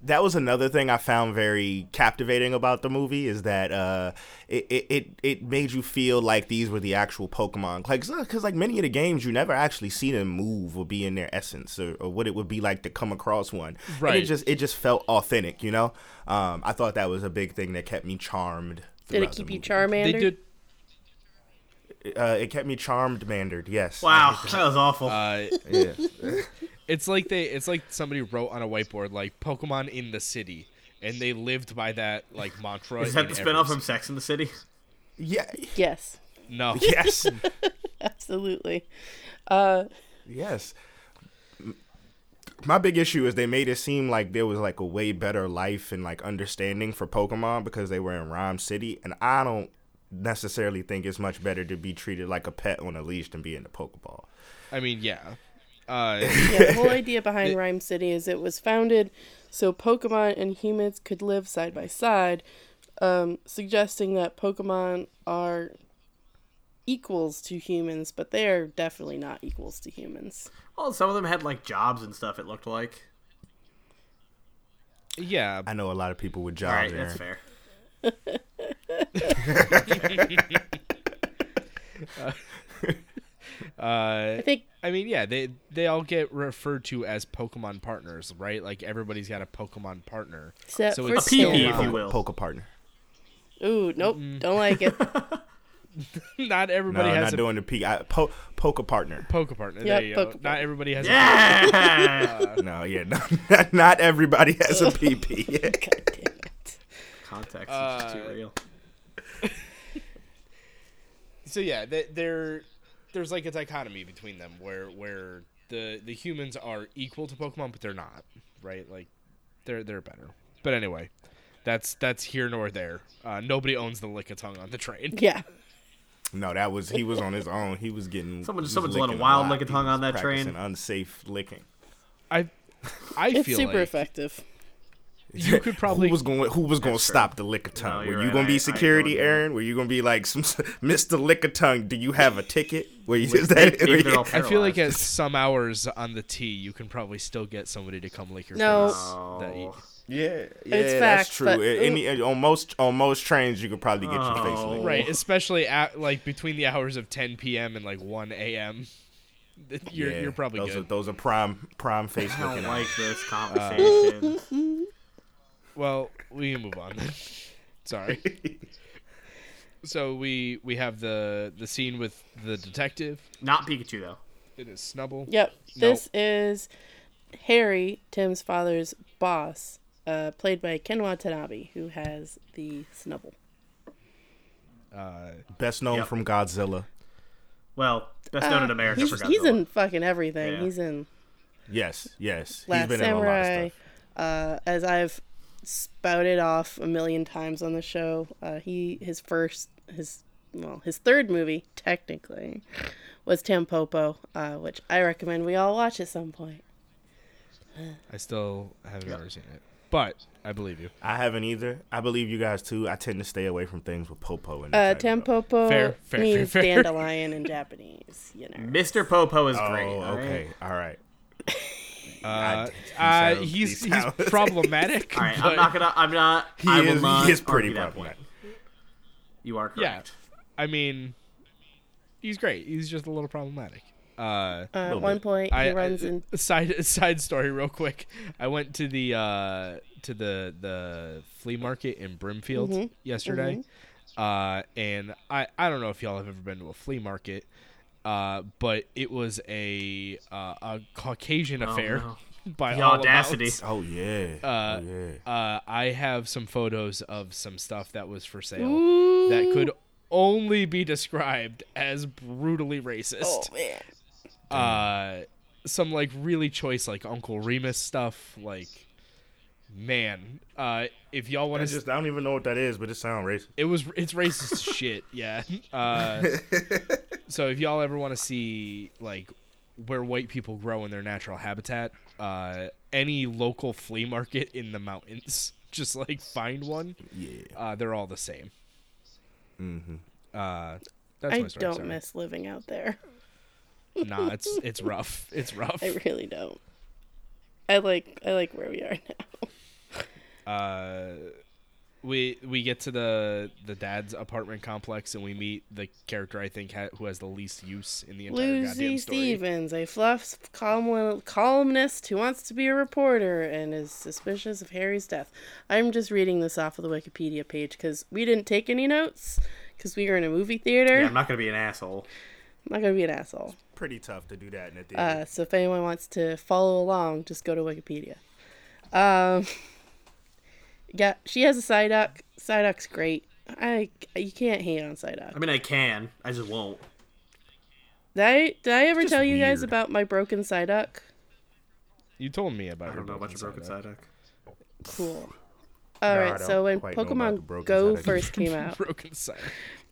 Speaker 5: that was another thing I found very captivating about the movie is that uh, it, it it it made you feel like these were the actual Pokemon, like because like many of the games you never actually see them move or be in their essence or, or what it would be like to come across one. And
Speaker 2: Right.
Speaker 5: it just it just felt authentic, you know. Um, I thought that was a big thing that kept me charmed.
Speaker 3: Did it
Speaker 5: throughout the
Speaker 3: keep you
Speaker 5: movie.
Speaker 2: they
Speaker 3: Charmander?
Speaker 2: did.
Speaker 5: Uh, it kept me charmed, Mandered. Yes.
Speaker 4: Wow, that was awful.
Speaker 2: Uh,
Speaker 5: Yeah.
Speaker 2: It's like they it's like somebody wrote on a whiteboard like Pokemon in the city and they lived by that like mantra.
Speaker 4: Is that the
Speaker 2: in
Speaker 4: spinoff
Speaker 2: every-
Speaker 4: from Sex in the City?
Speaker 5: yeah.
Speaker 3: Yes,
Speaker 2: No.
Speaker 5: Yes.
Speaker 3: absolutely.
Speaker 5: Yes. M- My big issue is they made it seem like there was like a way better life and like understanding for Pokemon because they were in Rhyme City, and I don't necessarily think it's much better to be treated like a pet on a leash than being a Pokeball.
Speaker 2: I mean, yeah. Uh,
Speaker 3: Yeah, the whole idea behind Rhyme City is it was founded so Pokemon and humans could live side by side, um, suggesting that Pokemon are equals to humans, but they are definitely not equals to humans.
Speaker 4: Well, some of them had like jobs and stuff. It looked like.
Speaker 2: yeah.
Speaker 5: I know a lot of people with
Speaker 4: All right,
Speaker 5: jobs.
Speaker 4: that's
Speaker 5: Aaron.
Speaker 4: fair.
Speaker 3: I think
Speaker 2: I mean, yeah, they they all get referred to as Pokemon partners, right? Like everybo's got a Pokemon partner.
Speaker 3: except
Speaker 2: So
Speaker 3: for
Speaker 2: it's- A
Speaker 4: pee-pee,
Speaker 3: Tim.
Speaker 4: if you
Speaker 5: Poke-
Speaker 4: will.
Speaker 5: Poke partner.
Speaker 3: Ooh, nope,
Speaker 2: Mm.
Speaker 3: don't like it.
Speaker 2: Not
Speaker 5: No,
Speaker 2: everybody has
Speaker 5: not
Speaker 2: a
Speaker 5: doing the peak. I, po- poke partner.
Speaker 2: Poke partner.
Speaker 3: Yeah,
Speaker 2: there you go.
Speaker 3: Poke
Speaker 2: Not everybody has a
Speaker 4: Yeah.
Speaker 5: No, yeah, no, not, not everybody has a PP.
Speaker 3: God damn it.
Speaker 4: Context is just too real.
Speaker 2: so yeah, they, they're there's like a dichotomy between them where where the the humans are equal to Pokemon, but they're not, right? Like they're they're better. But anyway, that's that's here nor there. Uh, nobody owns the Lickitung on the train.
Speaker 3: Yeah.
Speaker 5: No, that was he was on his own. He was getting
Speaker 4: Someone-
Speaker 5: he was
Speaker 4: someone's let a
Speaker 5: licking
Speaker 4: wild
Speaker 5: lot.
Speaker 4: licking
Speaker 5: He
Speaker 4: tongue
Speaker 5: was
Speaker 4: on that train.
Speaker 5: practicing Unsafe licking.
Speaker 2: I I
Speaker 3: It's
Speaker 2: feel
Speaker 3: super
Speaker 2: like
Speaker 3: effective.
Speaker 2: you could probably
Speaker 5: who was going who was going to stop the lick a tongue?
Speaker 4: you're
Speaker 5: Were you
Speaker 4: right.
Speaker 5: going to
Speaker 4: I- I
Speaker 5: be security,
Speaker 4: don't know.
Speaker 5: Aaron? Were you going to be like some Mr. Lick a tongue? Do you have a ticket? Were you is
Speaker 4: They-
Speaker 5: that?
Speaker 4: they- they're all
Speaker 2: I feel like at
Speaker 4: paralyzed.
Speaker 2: some hours on the T, you can probably still get somebody to come lick your
Speaker 3: No.
Speaker 2: face. That you-
Speaker 5: yeah, yeah,
Speaker 3: It's
Speaker 5: that's
Speaker 3: fact,
Speaker 5: true.
Speaker 3: but-
Speaker 5: A- Any, on most on most trains, you could probably get your face
Speaker 4: Oh.
Speaker 5: licked.
Speaker 2: right, especially at like between the hours of 10 p.m. and like 1 a.m. You're,
Speaker 5: Yeah,
Speaker 2: you're probably
Speaker 5: those
Speaker 2: good.
Speaker 5: are those are prime prime face
Speaker 4: I don't
Speaker 5: looking.
Speaker 4: like this conversation.
Speaker 2: Well, we can move on. then. Sorry. so we we have the the scene with the detective.
Speaker 4: Not Pikachu though.
Speaker 2: It is Snubble.
Speaker 3: Yep.
Speaker 2: No.
Speaker 3: This is Harry, Tim's father's boss, uh, played by Kenwa Tanabe, who has the snubble.
Speaker 2: Uh,
Speaker 5: Best known
Speaker 4: Yep.
Speaker 5: from Godzilla.
Speaker 4: Well, best known in America
Speaker 3: he's,
Speaker 4: for Godzilla.
Speaker 3: he's in fucking everything.
Speaker 4: Yeah.
Speaker 3: He's in
Speaker 5: Yes, yes.
Speaker 3: Last
Speaker 5: He's been in a lot
Speaker 3: Samurai.
Speaker 5: of stuff.
Speaker 3: Uh, as I've spouted off a million times on the show, uh, he his first his well his third movie technically was Tampopo, uh, which I recommend we all watch at some point.
Speaker 2: I still have never seen it, but Uh, I believe you.
Speaker 5: I haven't either. I believe you guys too. I tend to stay away from things with popo in it.
Speaker 3: Uh,
Speaker 5: title, though.
Speaker 3: Tampopo
Speaker 2: Fair, fair, fair,
Speaker 3: means
Speaker 2: fair.
Speaker 3: dandelion in Japanese. You know.
Speaker 4: Mr. Popo is great.
Speaker 5: Oh,
Speaker 4: all right?
Speaker 5: okay. All right.
Speaker 2: Uh,
Speaker 5: I-
Speaker 2: uh,
Speaker 5: these
Speaker 2: he's he's
Speaker 5: sounds-
Speaker 2: problematic.
Speaker 4: All right,
Speaker 2: but
Speaker 4: I'm not gonna. I'm not.
Speaker 5: He
Speaker 4: I will
Speaker 5: is,
Speaker 4: not
Speaker 5: he is pretty
Speaker 4: argue that
Speaker 5: problematic.
Speaker 4: point. You are
Speaker 2: Yeah,
Speaker 4: correct.
Speaker 2: I mean, he's great. He's just a little problematic. Uh,
Speaker 3: Uh, at
Speaker 5: little
Speaker 3: one
Speaker 5: bit.
Speaker 3: point, he
Speaker 2: I, uh,
Speaker 3: runs
Speaker 2: I-
Speaker 3: in.
Speaker 2: side side story real quick. I went to the uh, to the the flea market in Brimfield
Speaker 3: Mm-hmm.
Speaker 2: yesterday, uh, and I I don't know if y'all have ever been to a flea market, uh, but it was a uh, a Caucasian affair
Speaker 4: Oh, no.
Speaker 2: by
Speaker 4: The
Speaker 2: all
Speaker 4: audacity.
Speaker 2: amounts.
Speaker 5: Oh yeah.
Speaker 2: Uh,
Speaker 5: oh yeah.
Speaker 2: uh, I have some photos of some stuff that was for sale
Speaker 3: Ooh.
Speaker 2: that could only be described as brutally racist.
Speaker 3: Oh man.
Speaker 2: Uh, some like really choice, like Uncle Remus stuff. Like, man, uh, if y'all want
Speaker 5: I
Speaker 2: to,
Speaker 5: just I don't even know what that is, but it sounds racist.
Speaker 2: it was it's racist as shit. Yeah. Uh, so if y'all ever want to see like where white people grow in their natural habitat, uh, any local flea market in the mountains, just like find one.
Speaker 5: Yeah.
Speaker 2: Uh, they're all the same. Mm-hmm. Uh, that's
Speaker 3: I
Speaker 2: my story.
Speaker 3: don't
Speaker 2: sorry.
Speaker 3: miss living out there.
Speaker 2: Nah, it's it's rough. It's rough.
Speaker 3: I really don't. I like I like where we are now.
Speaker 2: Uh, we we get to the the dad's apartment complex and we meet the character I think ha- who has the least use in the entire
Speaker 3: Lucy
Speaker 2: goddamn story.
Speaker 3: Stevens, a fluff column- columnist who wants to be a reporter and is suspicious of Harry's death. I'm just reading this off of the Wikipedia page because we didn't take any notes because we were in a movie theater.
Speaker 4: Yeah, I'm
Speaker 3: I'm
Speaker 4: not gonna be an asshole.
Speaker 3: not going to be an asshole.
Speaker 5: Pretty tough to do that in a theater.
Speaker 3: Uh, so if anyone wants to follow along, just go to Wikipedia. Um, yeah, she has a Psyduck. Psyduck's great. I you can't hate on Psyduck.
Speaker 4: I mean, I can. I just won't.
Speaker 3: Did I did I ever
Speaker 5: just
Speaker 3: tell you guys
Speaker 5: weird.
Speaker 3: about my broken Psyduck?
Speaker 2: You told me about.
Speaker 4: I don't know about your broken Psyduck.
Speaker 3: Cool. All
Speaker 5: No, I
Speaker 3: right. So
Speaker 5: don't
Speaker 3: when
Speaker 5: quite know about the
Speaker 3: Pokemon
Speaker 5: broken
Speaker 3: Go
Speaker 5: side.
Speaker 3: first came out,
Speaker 2: Broken side.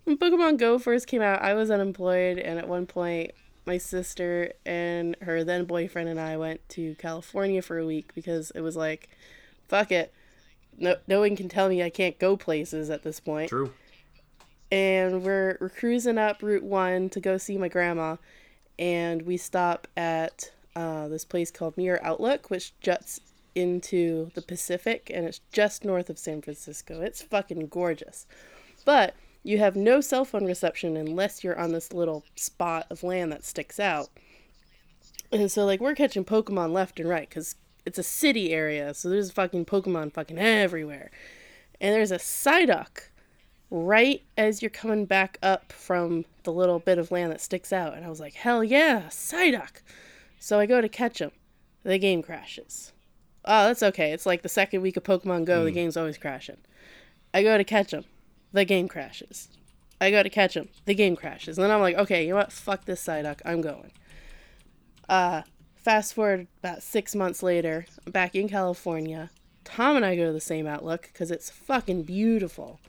Speaker 3: when Pokemon Go first came out, I was unemployed, and at one point, my sister and her then boyfriend and I went to California for a week because it was like, fuck it, no, no one can tell me I can't go places at this point.
Speaker 4: True.
Speaker 3: And we're we're cruising up Route One to go see my grandma, and we stop at uh, this place called Mirror Outlook, which juts into the Pacific, and it's just north of San Francisco. It's fucking gorgeous but you have no cell phone reception unless you're on this little spot of land that sticks out. And so, like, we're catching Pokemon left and right because it's a city area, so there's fucking Pokemon fucking everywhere. And there's a Psyduck right as you're coming back up from the little bit of land that sticks out. And I was like, hell yeah, Psyduck! So I go to catch him. The game crashes. Oh, that's okay. It's like the second week of Pokemon Go, the game's always crashing. I go to catch him the game crashes. I go to catch him. The game crashes. And then I'm like, okay, you know what? Fuck this Psyduck. I'm going. Uh, fast forward about six months later, I'm back in California. Tom and I go to the same Outlook because it's fucking beautiful.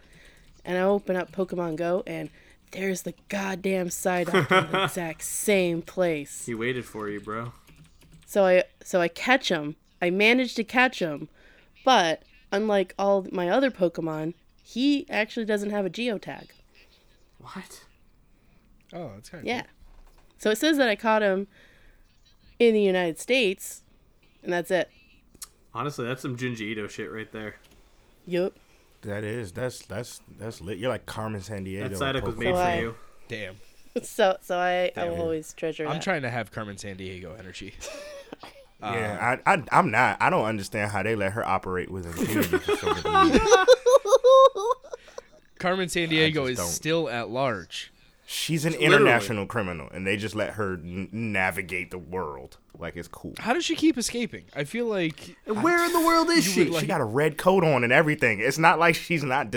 Speaker 3: And I open up Pokemon Go and there's the goddamn Psyduck in the exact same place.
Speaker 4: He waited for you, bro.
Speaker 3: So I so I catch him. I manage to catch him, but unlike all my other Pokemon, he actually doesn't have a geotag.
Speaker 4: What?
Speaker 2: Oh, that's kind of
Speaker 3: Yeah. So it says that I caught him in the United States, and that's it.
Speaker 4: Honestly, that's some Junji Ito shit right there.
Speaker 3: Yup.
Speaker 5: that is that's that's that's lit. You're like Carmen San Diego.
Speaker 4: That Psyduck was made
Speaker 3: Well, I-
Speaker 4: for you.
Speaker 2: Damn.
Speaker 3: So so I, I will always treasure
Speaker 2: I'm
Speaker 3: that.
Speaker 2: trying to have Carmen San Diego energy.
Speaker 5: Yeah, I, I I'm not. I don't understand how they let her operate with impunity for so many years.
Speaker 2: Carmen San Diego
Speaker 5: just
Speaker 2: is
Speaker 5: don't.
Speaker 2: still at large.
Speaker 5: She's an
Speaker 6: Literally.
Speaker 5: international criminal, and they just let her n- navigate the world like it's cool.
Speaker 2: How does she keep escaping? I feel like
Speaker 4: And where in the world is she?
Speaker 5: She, she got a red coat on and everything. It's not like she's not
Speaker 2: we found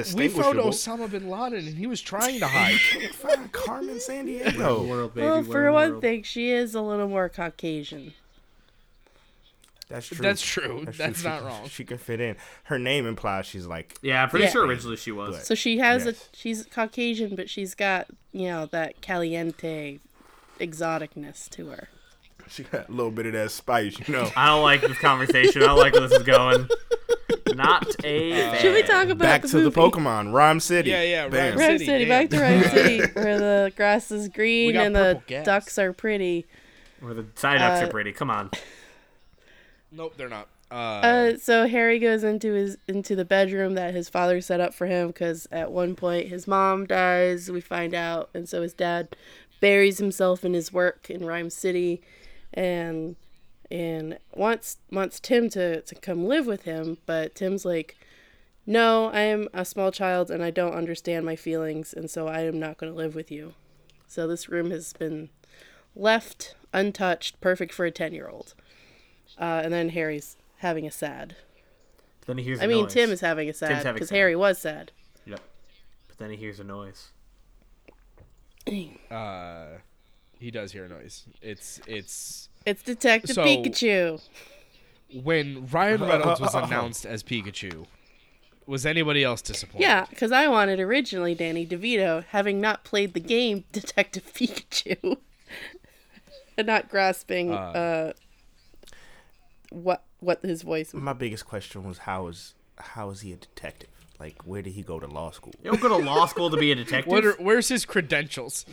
Speaker 5: distinguishable.
Speaker 2: Osama bin Laden and he was trying to hide.
Speaker 5: Carmen San Diego.
Speaker 4: world, baby.
Speaker 3: Well,
Speaker 4: where
Speaker 3: for
Speaker 4: in the
Speaker 3: one
Speaker 4: world?
Speaker 3: thing, she is a little more Caucasian.
Speaker 5: That's true.
Speaker 2: That's true. That's,
Speaker 5: She
Speaker 2: not
Speaker 5: can-
Speaker 2: wrong.
Speaker 5: She can fit in. Her name implies she's like
Speaker 4: Yeah, I'm pretty
Speaker 3: Yeah.
Speaker 4: sure originally she was.
Speaker 5: But-
Speaker 3: So she has
Speaker 5: Yes.
Speaker 3: a she's Caucasian, but she's got you know that caliente exoticness to her.
Speaker 5: she got a little bit of that spice, you know.
Speaker 4: I don't like this conversation. I don't like where this is going. Not a.
Speaker 3: Should we
Speaker 4: fan.
Speaker 3: talk about
Speaker 5: Back
Speaker 3: the
Speaker 5: to
Speaker 3: movie?
Speaker 5: the Pokemon, Rhyme City.
Speaker 2: Yeah, yeah,
Speaker 5: Bam.
Speaker 2: Rhyme
Speaker 3: Rhyme
Speaker 2: City,
Speaker 3: City,
Speaker 2: damn.
Speaker 3: back to Rhyme City, where the grass is green
Speaker 2: got
Speaker 3: and the
Speaker 2: purple gas.
Speaker 3: ducks are pretty.
Speaker 4: Where the side ups
Speaker 3: Uh,
Speaker 4: are pretty. Come on.
Speaker 2: Nope, they're not. Uh,
Speaker 3: Uh, so Harry goes into his into the bedroom that his father set up for him because at one point his mom dies. We find out, and so his dad buries himself in his work in Rhyme City, and and wants wants Tim to to come live with him, but Tim's like. No, I am a small child and I don't understand my feelings, and so I am not going to live with you. So, this room has been left untouched, perfect for a 10 year old. Uh, and then Harry's having a sad.
Speaker 4: Then he hears.
Speaker 3: I
Speaker 4: a
Speaker 3: mean,
Speaker 4: noise.
Speaker 3: Tim is having a sad
Speaker 4: having
Speaker 3: because
Speaker 4: sad.
Speaker 3: Harry was sad.
Speaker 4: Yep. But then he hears a noise.
Speaker 2: he does hear a noise. It's it's
Speaker 3: It's Detective
Speaker 2: So-
Speaker 3: Pikachu.
Speaker 2: when Ryan Reynolds was announced as Pikachu. Was anybody else disappointed?
Speaker 3: Yeah, because I wanted originally Danny DeVito, having not played the game Detective Pikachu, and not grasping uh, what what his voice.
Speaker 5: My biggest question was how is how is he a detective? Like where did he go to law school?
Speaker 4: You don't go to law school to be a detective.
Speaker 2: What are, where's his credentials?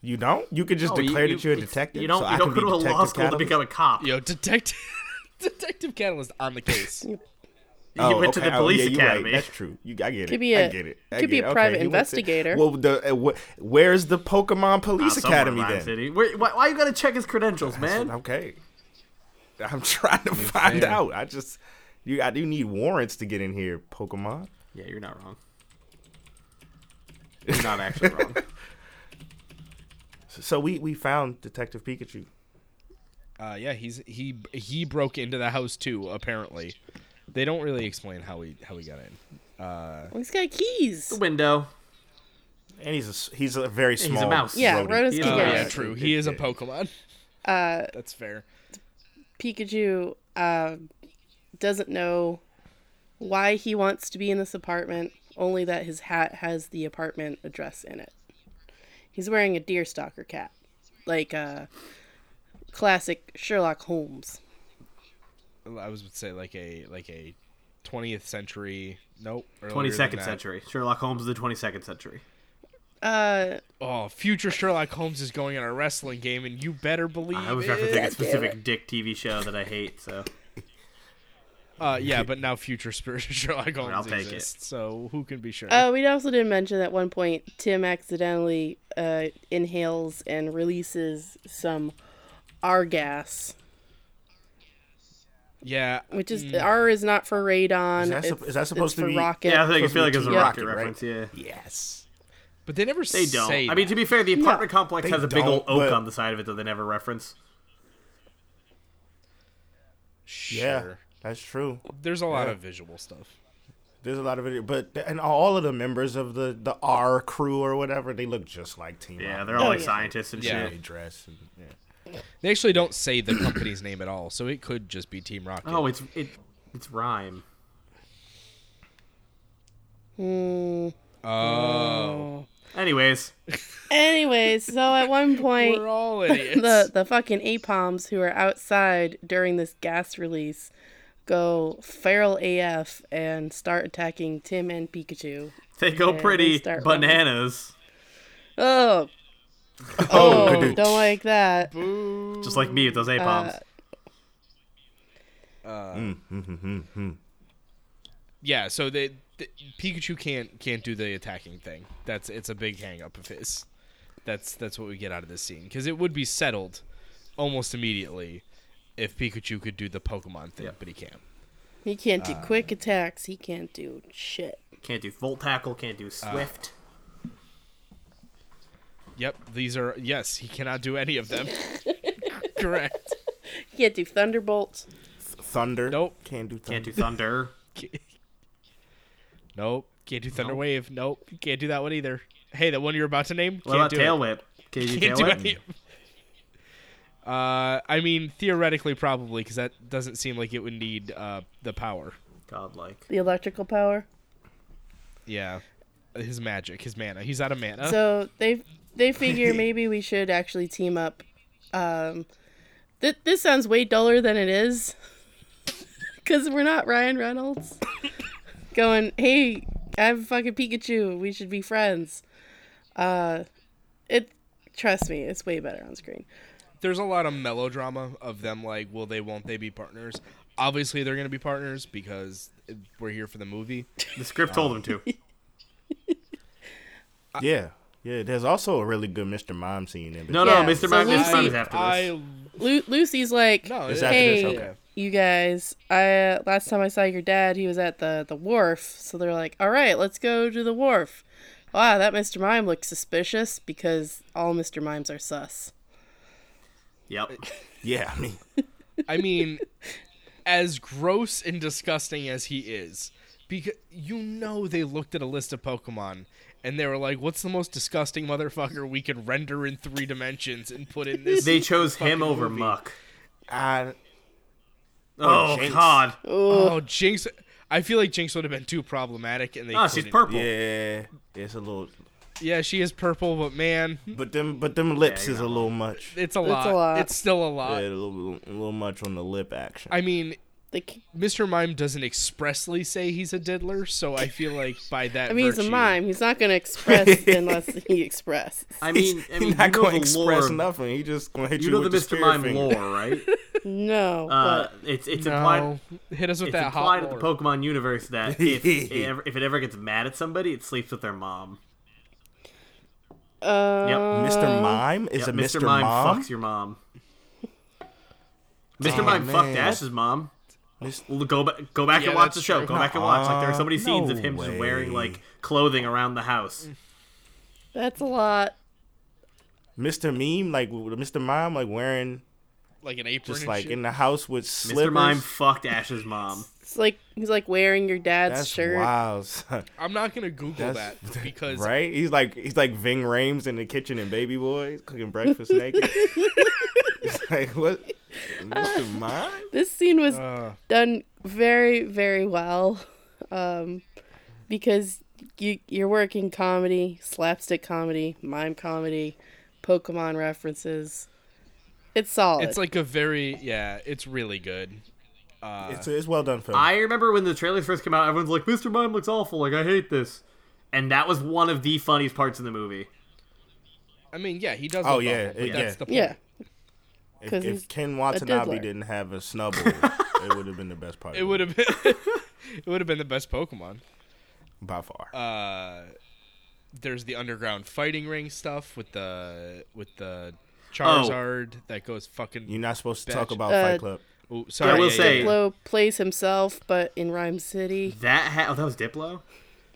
Speaker 5: You don't? You could just
Speaker 4: No, Oh, you-
Speaker 5: declare
Speaker 4: you-
Speaker 5: that you're a
Speaker 4: it's-
Speaker 5: detective.
Speaker 4: You don't,
Speaker 5: so I
Speaker 4: you don't
Speaker 5: can
Speaker 4: go
Speaker 5: be
Speaker 4: to a law
Speaker 5: Detective
Speaker 4: school to
Speaker 5: Catalyst?
Speaker 4: become a cop.
Speaker 2: Yo, detective detective catalyst on the case.
Speaker 4: You
Speaker 5: Oh,
Speaker 4: went to the police
Speaker 5: you're right.
Speaker 4: academy.
Speaker 5: That's true. You, I get it.
Speaker 3: Could be
Speaker 5: I
Speaker 3: a-
Speaker 5: get it. I
Speaker 3: could
Speaker 5: get
Speaker 3: be
Speaker 5: it.
Speaker 3: a
Speaker 5: Okay,
Speaker 3: private
Speaker 5: he went to-
Speaker 3: investigator.
Speaker 5: well, the, uh, wh- where's the Pokemon
Speaker 4: Ah,
Speaker 5: Police
Speaker 4: somewhere in
Speaker 5: Academy
Speaker 4: Rhyme
Speaker 5: then?
Speaker 4: City. Where, why, why you gotta check his credentials, man?
Speaker 5: Okay. I'm trying to find
Speaker 2: fair.
Speaker 5: out. I just you I do need warrants to get in here, Pokemon.
Speaker 4: Yeah, you're not wrong. You're not actually wrong.
Speaker 5: So we we found Detective Pikachu.
Speaker 2: Uh, yeah, he's he he broke into the house too. Apparently, they don't really explain how he how he got in.
Speaker 3: He's got keys.
Speaker 4: Window.
Speaker 5: And he's a s- he's a very small
Speaker 4: mouse.
Speaker 3: Yeah,
Speaker 5: rodent.
Speaker 3: Rhoda's
Speaker 4: He's
Speaker 3: can
Speaker 4: a
Speaker 2: Oh
Speaker 3: get
Speaker 2: yeah,
Speaker 4: Yeah.
Speaker 3: it.
Speaker 2: true. He is a
Speaker 5: Yeah.
Speaker 2: Pokemon. Uh, that's fair.
Speaker 3: Pikachu uh, doesn't know why he wants to be in this apartment, only that his hat has the apartment address in it. He's wearing a deerstalker cap, like a classic Sherlock Holmes.
Speaker 2: I was would say like a like a 20th century. Nope. earlier than
Speaker 4: 22nd
Speaker 2: that.
Speaker 4: century. Sherlock Holmes of the 22nd century.
Speaker 3: Uh,
Speaker 2: Oh, future Sherlock Holmes is going in a wrestling game, and you better believe
Speaker 4: I was
Speaker 2: it.
Speaker 4: referencing a specific dick TV show that I hate, so.
Speaker 2: Uh, yeah, but now future Spir- Sherlock Holmes
Speaker 4: I'll take it.
Speaker 2: exists, so who can be sure?
Speaker 3: oh, we also didn't mention at one point Tim accidentally uh, inhales and releases some R gas,
Speaker 2: yeah,
Speaker 3: which is R is not for radon.
Speaker 5: Mm. Is that sup-
Speaker 3: it's-
Speaker 5: is that
Speaker 3: it's
Speaker 5: supposed to
Speaker 3: for
Speaker 5: be-
Speaker 3: rocket?
Speaker 4: Yeah, I, think, I feel like it's a
Speaker 3: Yeah.
Speaker 4: rocket
Speaker 5: Rocket, right?
Speaker 4: reference, yeah.
Speaker 5: Yes.
Speaker 2: but they never
Speaker 4: They don't.
Speaker 2: say.
Speaker 4: I mean, to be fair, the apartment complex
Speaker 5: They
Speaker 4: has a big
Speaker 5: don't,
Speaker 4: old oak
Speaker 5: but-
Speaker 4: on the side of it that they never reference.
Speaker 2: sure.
Speaker 5: Yeah. That's true.
Speaker 2: There's a lot
Speaker 5: Yeah.
Speaker 2: of visual stuff.
Speaker 5: There's a lot of it, but and all of the members of the the R crew or whatever, they look just like Team.
Speaker 4: Yeah,
Speaker 5: Rocket.
Speaker 4: they're all
Speaker 3: Oh,
Speaker 4: like
Speaker 3: yeah.
Speaker 4: scientists and
Speaker 2: Yeah.
Speaker 5: They
Speaker 4: shit.
Speaker 5: dress. And, yeah.
Speaker 2: They actually don't say the company's name at all, so it could just be Team Rocket.
Speaker 4: Oh, it's it, it's rhyme.
Speaker 2: Oh.
Speaker 4: Anyways,
Speaker 3: Anyways, so at one point,
Speaker 2: we're all idiots.
Speaker 3: the the fucking apoms who are outside during this gas release go feral AF and start attacking Tim and Pikachu.
Speaker 4: they go
Speaker 3: they
Speaker 4: pretty
Speaker 3: start running.
Speaker 4: bananas,
Speaker 3: Oh,
Speaker 5: Oh,
Speaker 3: oh don't like that.
Speaker 4: just like me with those A-bombs.
Speaker 2: yeah, so they, th- Pikachu can't can't do the attacking thing. That's it's a big hang up of his. That's that's what we get out of this scene because it would be settled almost immediately if Pikachu could do the Pokemon thing, but he can't.
Speaker 3: He can't do quick attacks. He can't do shit.
Speaker 2: uh,
Speaker 4: can't do volt tackle, can't do swift.
Speaker 2: Yep, these are yes. He cannot do any of them. Correct.
Speaker 3: Can't do Thunderbolt.
Speaker 5: Thunder.
Speaker 2: Nope.
Speaker 5: Can't do thunder.
Speaker 4: Can't do thunder.
Speaker 2: Nope. Can't do Thunder Wave. Nope. Can't do that one either. Hey, that one you're about to name.
Speaker 4: What
Speaker 2: can't
Speaker 4: about
Speaker 2: do
Speaker 4: tail
Speaker 2: it.
Speaker 4: whip? Can you do
Speaker 2: Can't
Speaker 4: tail
Speaker 2: do
Speaker 4: whip?
Speaker 2: any. Uh, I mean, theoretically, probably, because that doesn't seem like it would need uh, the power.
Speaker 4: Godlike.
Speaker 3: The electrical power.
Speaker 2: Yeah, his magic, his mana. He's out of mana.
Speaker 3: So they they figure maybe we should actually team up. Um, th- this sounds way duller than it is, because we're not Ryan Reynolds. going, hey, I'm fucking Pikachu. We should be friends. Uh, it. Trust me, it's way better on screen.
Speaker 2: There's a lot of melodrama of them like, will they, won't they be partners? Obviously, they're gonna be partners because we're here for the movie.
Speaker 4: The script told him to.
Speaker 5: Yeah. Yeah. There's also a really good Mr. Mime scene in it.
Speaker 4: No,
Speaker 3: Yeah,
Speaker 4: no, Mr.
Speaker 3: so
Speaker 4: Mime. Mr.
Speaker 3: Lucy-
Speaker 4: Mime is after this.
Speaker 2: I
Speaker 3: Lu- Lucy's like,
Speaker 2: no,
Speaker 5: It's
Speaker 2: it-
Speaker 5: after
Speaker 3: hey,
Speaker 5: this, okay.
Speaker 3: you guys, I last time I saw your dad, he was at the the wharf. So they're like, all right, let's go to the wharf. Wow, that Mr. Mime looks suspicious because all Mr. Mimes are sus.
Speaker 4: Yep.
Speaker 5: Yeah, I mean,
Speaker 2: I mean, as gross and disgusting as he is, because you know they looked at a list of Pokemon and they were like, "What's the most disgusting motherfucker we can render in three dimensions and put in this?"
Speaker 4: They chose him over
Speaker 2: movie.
Speaker 4: Muck.
Speaker 5: I
Speaker 4: Oh,
Speaker 5: Jinx.
Speaker 4: God.
Speaker 2: oh, Jinx! I feel like Jinx would have been too problematic, and they.
Speaker 4: Oh, she's
Speaker 2: couldn't.
Speaker 4: purple.
Speaker 5: yeah, it's a little,
Speaker 2: Yeah, she is purple, but man,
Speaker 5: but them, but them lips
Speaker 4: you're
Speaker 5: is
Speaker 4: not
Speaker 5: a little much. Yeah,
Speaker 2: it's a lot. It's,
Speaker 3: lot.
Speaker 2: still a
Speaker 5: a
Speaker 2: lot.
Speaker 5: little, a little much on the lip action.
Speaker 2: I mean,
Speaker 3: They, c-
Speaker 2: Mr. Mime doesn't expressly say he's a diddler, so I feel like by that.
Speaker 3: I mean, he's a
Speaker 2: virtue-
Speaker 3: mime. He's not going to express unless he expresses.
Speaker 4: I mean, I mean,
Speaker 5: He's not
Speaker 4: you know
Speaker 5: going
Speaker 4: the
Speaker 5: to express
Speaker 4: lore.
Speaker 5: nothing. He just going to hit
Speaker 4: You
Speaker 5: you,
Speaker 4: know
Speaker 5: with
Speaker 4: the
Speaker 5: the,
Speaker 4: Mr.
Speaker 5: spear
Speaker 4: Mime
Speaker 5: finger.
Speaker 4: lore, right?
Speaker 3: No.
Speaker 4: Uh, it's it's implied.
Speaker 2: No, hit us with
Speaker 4: It's
Speaker 2: that hot
Speaker 4: implied at the
Speaker 2: lore.
Speaker 4: Pokemon universe that if, it ever, if it ever gets mad at somebody, it sleeps with their mom.
Speaker 3: but, uh,
Speaker 4: Yep.
Speaker 5: Mr. Mime is
Speaker 4: Yep,
Speaker 5: a Mr.
Speaker 4: Mime
Speaker 5: Mom.
Speaker 4: fucks your mom. Mr. Mime fucked
Speaker 5: man.
Speaker 4: Ash's mom.
Speaker 5: Mis-
Speaker 4: Well, Go back, go back
Speaker 2: Yeah,
Speaker 4: and watch
Speaker 2: that's
Speaker 4: the show.
Speaker 2: true.
Speaker 4: Go back and watch. Like there are so many
Speaker 5: Nuh-uh,
Speaker 4: scenes of
Speaker 5: no
Speaker 4: him just wearing
Speaker 5: way.
Speaker 4: like clothing around the house.
Speaker 3: That's a lot.
Speaker 5: Mr. Meme, like w- Mr. Mime, like wearing
Speaker 2: like an apron.
Speaker 5: just
Speaker 2: and
Speaker 5: like
Speaker 2: shit.
Speaker 5: in the house with
Speaker 4: Mr.
Speaker 5: slippers.
Speaker 4: Mime fucked Ash's mom.
Speaker 3: It's like he's like wearing your dad's
Speaker 5: That's
Speaker 3: shirt.
Speaker 5: wild, son.
Speaker 2: I'm not gonna Google
Speaker 5: That's-
Speaker 2: that because
Speaker 5: right? He's like he's like Ving Rames in the kitchen and Baby Boy he's cooking breakfast naked. it's like what? Mr. Mime?
Speaker 3: This scene was
Speaker 2: uh,
Speaker 3: done very very well um because you you're working comedy slapstick comedy mime comedy pokemon references it's solid
Speaker 2: it's like a very yeah, it's really good. Uh,
Speaker 5: It's, it's well done film.
Speaker 4: I remember when the trailers first came out, everyone's like, "Mr. Mime looks awful. Like I hate this," and that was one of the funniest parts in the movie.
Speaker 2: I mean, yeah, he does.
Speaker 5: Oh,
Speaker 2: look
Speaker 5: yeah,
Speaker 2: awful, but
Speaker 5: yeah.
Speaker 2: that's the point.
Speaker 3: yeah
Speaker 5: if,
Speaker 3: 'cause he's
Speaker 5: if Ken
Speaker 3: diddler.
Speaker 5: Watanabe didn't have a snubble, it would have been the best part.
Speaker 2: It would have been, it would have been the best Pokemon.
Speaker 5: by far.
Speaker 2: Uh, there's the underground fighting ring stuff with the with the Charizard
Speaker 4: Oh.
Speaker 2: that goes fucking.
Speaker 5: You're not supposed to
Speaker 2: Batch-
Speaker 5: talk about
Speaker 3: Uh,
Speaker 5: Fight Club.
Speaker 2: Ooh, sorry,
Speaker 4: will
Speaker 2: yeah, yeah,
Speaker 4: say-
Speaker 2: yeah.
Speaker 3: Diplo plays himself but in rhyme city
Speaker 4: That ha- oh, that was Diplo.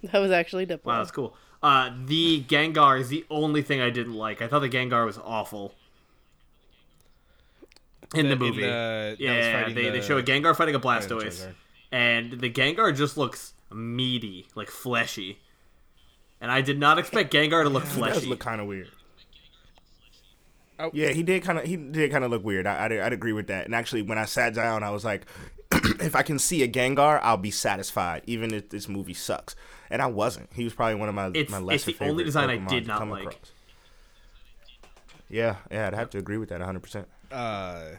Speaker 3: that was actually Diplo
Speaker 4: Wow, that's cool. Uh, the Gengar is the only thing I didn't like. I thought the Gengar was awful. In the,
Speaker 2: in
Speaker 4: movie,
Speaker 2: the- that was
Speaker 4: yeah,
Speaker 2: fighting
Speaker 4: they, they
Speaker 2: the-
Speaker 4: show a Gengar fighting a
Speaker 2: the
Speaker 4: Blastoise,
Speaker 2: Charizard.
Speaker 4: and the Gengar just looks meaty, like fleshy. And I did not expect Gengar to look
Speaker 5: It does
Speaker 4: fleshy.
Speaker 5: look kind of weird.
Speaker 2: Oh.
Speaker 5: Yeah, he did kind of he did kind of look weird. I, I'd, I'd agree with that. And actually, when I sat down, I was like, if I can see a Gengar, I'll be satisfied, even if this movie sucks. And I wasn't. He was probably one of my
Speaker 4: It's-
Speaker 5: my
Speaker 4: it's
Speaker 5: lesser
Speaker 4: the only
Speaker 5: favorite
Speaker 4: design I
Speaker 5: Pokemon
Speaker 4: did
Speaker 5: to
Speaker 4: not
Speaker 5: come
Speaker 4: like.
Speaker 5: across. Yeah, yeah, I'd have to agree with that 100. percent
Speaker 2: uh,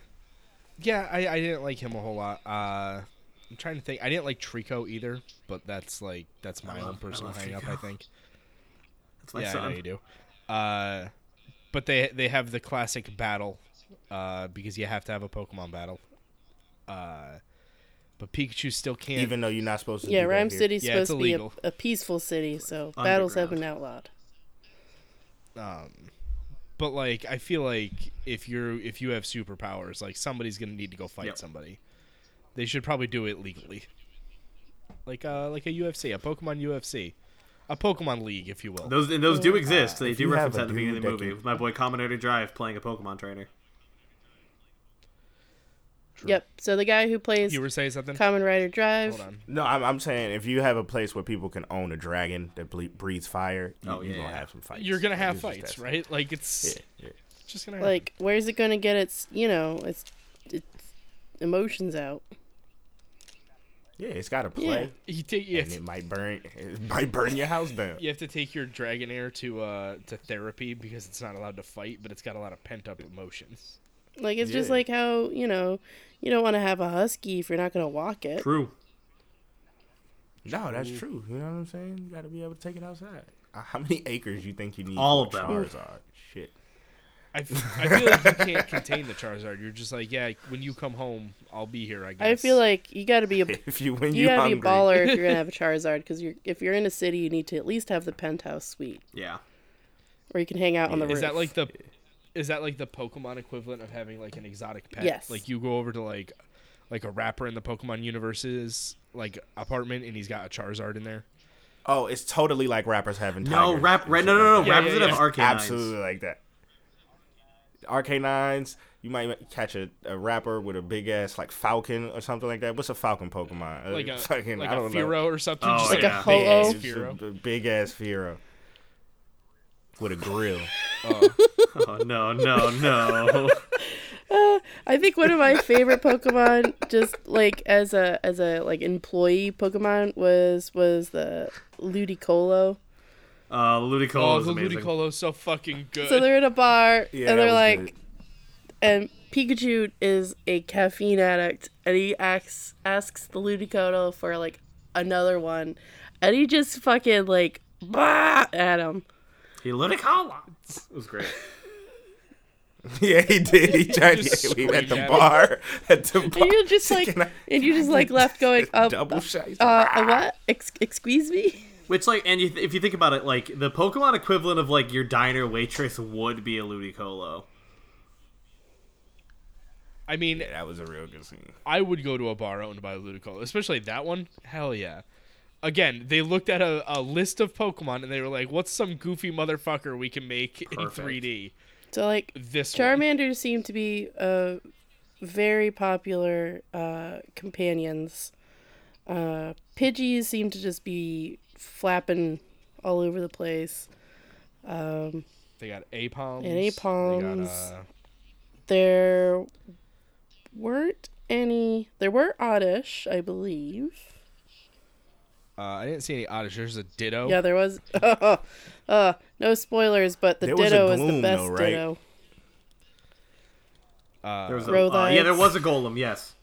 Speaker 2: yeah, I, I didn't like him a whole lot. Uh, I'm trying to think. I didn't like Trico either, but that's like that's my own
Speaker 4: love- I
Speaker 2: personal
Speaker 4: love
Speaker 2: hang up.
Speaker 4: Trico.
Speaker 2: I think.
Speaker 4: That's my
Speaker 2: yeah, I
Speaker 4: son.
Speaker 2: know you do. Uh, but they they have the classic battle, uh, because you have to have a Pokemon battle. Uh, but Pikachu still can't.
Speaker 5: Even though you're not supposed to.
Speaker 3: yeah
Speaker 5: do
Speaker 3: rhyme
Speaker 5: that here.
Speaker 3: city's
Speaker 2: Yeah, it's
Speaker 3: supposed to be a,
Speaker 2: illegal.
Speaker 3: a peaceful city so battles have been outlawed
Speaker 2: um, but like I feel like if you're if you have superpowers, like somebody's gonna need to go fight
Speaker 4: Yep.
Speaker 2: somebody. They should probably do it legally. Like uh, like a UFC, a Pokemon UFC. a Pokemon League, if you will.
Speaker 4: Those and those do exist. They
Speaker 5: If
Speaker 4: do
Speaker 5: you
Speaker 4: reference that
Speaker 5: have
Speaker 4: at the
Speaker 5: a
Speaker 4: beginning of the
Speaker 5: dude that
Speaker 4: movie
Speaker 5: can-
Speaker 4: with my boy Combinator Drive playing a Pokemon trainer.
Speaker 3: Yep. So the guy who plays
Speaker 2: you were saying something?
Speaker 3: Common Rider Drive.
Speaker 2: Hold on.
Speaker 5: No, I'm, I'm saying if you have a place where people can own a dragon that ble- breathes fire, you,
Speaker 4: Oh,
Speaker 5: you're
Speaker 4: yeah,
Speaker 5: gonna
Speaker 4: yeah.
Speaker 5: have some fights.
Speaker 2: You're gonna have
Speaker 5: It's just
Speaker 2: fights,
Speaker 5: that-
Speaker 2: right? Like it's
Speaker 5: yeah.
Speaker 2: just gonna happen.
Speaker 3: Like, where's it gonna get its you know its its emotions out?
Speaker 5: Yeah, it's gotta play.
Speaker 2: you take you have,
Speaker 5: And it
Speaker 2: to,
Speaker 5: might burn. It might burn your house down.
Speaker 2: you have to take your Dragonair to uh to therapy because it's not allowed to fight, but it's got a lot of pent up emotions.
Speaker 3: Like it's just
Speaker 5: Yeah.
Speaker 3: like how you know you don't want to have a husky if you're not gonna walk it.
Speaker 4: True.
Speaker 5: No, that's true. You know what I'm saying? You gotta be able to take it outside. Uh, How many acres you think you need?
Speaker 4: All
Speaker 5: for
Speaker 4: of them.
Speaker 5: Charizard. Shit.
Speaker 2: I, f- I feel like you can't contain the Charizard. You're just like, yeah, when you come home, I'll be here. I guess.
Speaker 3: I feel like you gotta be a
Speaker 5: If you when
Speaker 3: you
Speaker 5: you
Speaker 3: gotta
Speaker 5: hungry,
Speaker 3: be a baller if you're gonna have a Charizard because you're if you're in a city you need to at least have the penthouse suite
Speaker 4: Yeah.
Speaker 3: where you can hang out on the roof.
Speaker 2: is that like the is that like the Pokemon equivalent of having like an exotic pet?
Speaker 3: Yes.
Speaker 2: Like you go over to like like a rapper in the Pokemon universe's like apartment and he's got a Charizard in there.
Speaker 5: Oh, it's totally like rappers having.
Speaker 4: No
Speaker 5: tigers
Speaker 4: rap.
Speaker 5: and
Speaker 4: Right,
Speaker 5: shit
Speaker 4: no, no, no.
Speaker 5: like that.
Speaker 4: no rappers
Speaker 2: yeah,
Speaker 4: that
Speaker 2: yeah.
Speaker 4: have arcade
Speaker 5: Absolutely like that. RK nines. You might catch a, a rapper with a big ass like falcon or something like that. What's a falcon Pokemon? Uh,
Speaker 2: Like a
Speaker 5: fucking,
Speaker 2: like
Speaker 5: I
Speaker 2: a
Speaker 5: don't
Speaker 2: Firo
Speaker 5: know.
Speaker 2: or something.
Speaker 4: Oh,
Speaker 2: just like
Speaker 3: like
Speaker 4: yeah.
Speaker 3: a
Speaker 2: big ass
Speaker 3: ho
Speaker 5: Big
Speaker 2: Firo.
Speaker 5: ass- Big ass Firo. With a grill.
Speaker 4: Oh no, no, no.
Speaker 3: I think one of my favorite Pokemon, just like as a as a like employee Pokemon, was was the Ludicolo.
Speaker 4: Uh, Ludicolo
Speaker 2: Oh,
Speaker 4: is
Speaker 2: the
Speaker 4: amazing.
Speaker 2: Ludicolo's so fucking good.
Speaker 3: So they're in a bar and
Speaker 5: Yeah, that
Speaker 3: they're
Speaker 5: was
Speaker 3: like,
Speaker 5: good.
Speaker 3: and Pikachu is a caffeine addict, and he asks asks the Ludicolo for like another one, and he just fucking like bah at him.
Speaker 4: He Ludicolo. It was great.
Speaker 5: yeah, he did. He tried.
Speaker 2: Just
Speaker 5: yeah, we were at the
Speaker 2: screamed at
Speaker 5: bar. At the bar.
Speaker 3: And you're just like,
Speaker 5: Can I-
Speaker 3: and you just like left going up.
Speaker 5: double shot. He's
Speaker 3: Uh,
Speaker 5: like,
Speaker 3: a what? Ex- excuse me?
Speaker 4: Which, like, and you th- if you think about it, like the Pokemon equivalent of like your diner waitress would be a Ludicolo.
Speaker 2: I mean,
Speaker 5: that was a real good scene.
Speaker 2: I would go to a bar owned by Ludicolo, especially that one. Hell yeah. Again, they looked at a, a list of Pokemon and they were like, "What's some goofy motherfucker we can make in
Speaker 4: Perfect.
Speaker 2: 3D?"
Speaker 3: So like
Speaker 2: This one.
Speaker 3: Charmander seem to be uh, very popular uh, companions. Uh, Pidgeys seem to just be flapping all over the place.
Speaker 2: They got Apoms.
Speaker 3: And Apoms.
Speaker 2: They got, uh,
Speaker 3: There weren't any. There were Oddish, I believe.
Speaker 2: uh, I didn't see any Oddish. There's a Ditto.
Speaker 3: Yeah, there was. uh, no spoilers, but the
Speaker 5: There was a
Speaker 3: Ditto is the
Speaker 5: Gloom,
Speaker 3: best
Speaker 5: though, right?
Speaker 3: Ditto.
Speaker 4: There was a, uh,
Speaker 3: Rhodites.
Speaker 4: yeah, there was a Golem. Yes.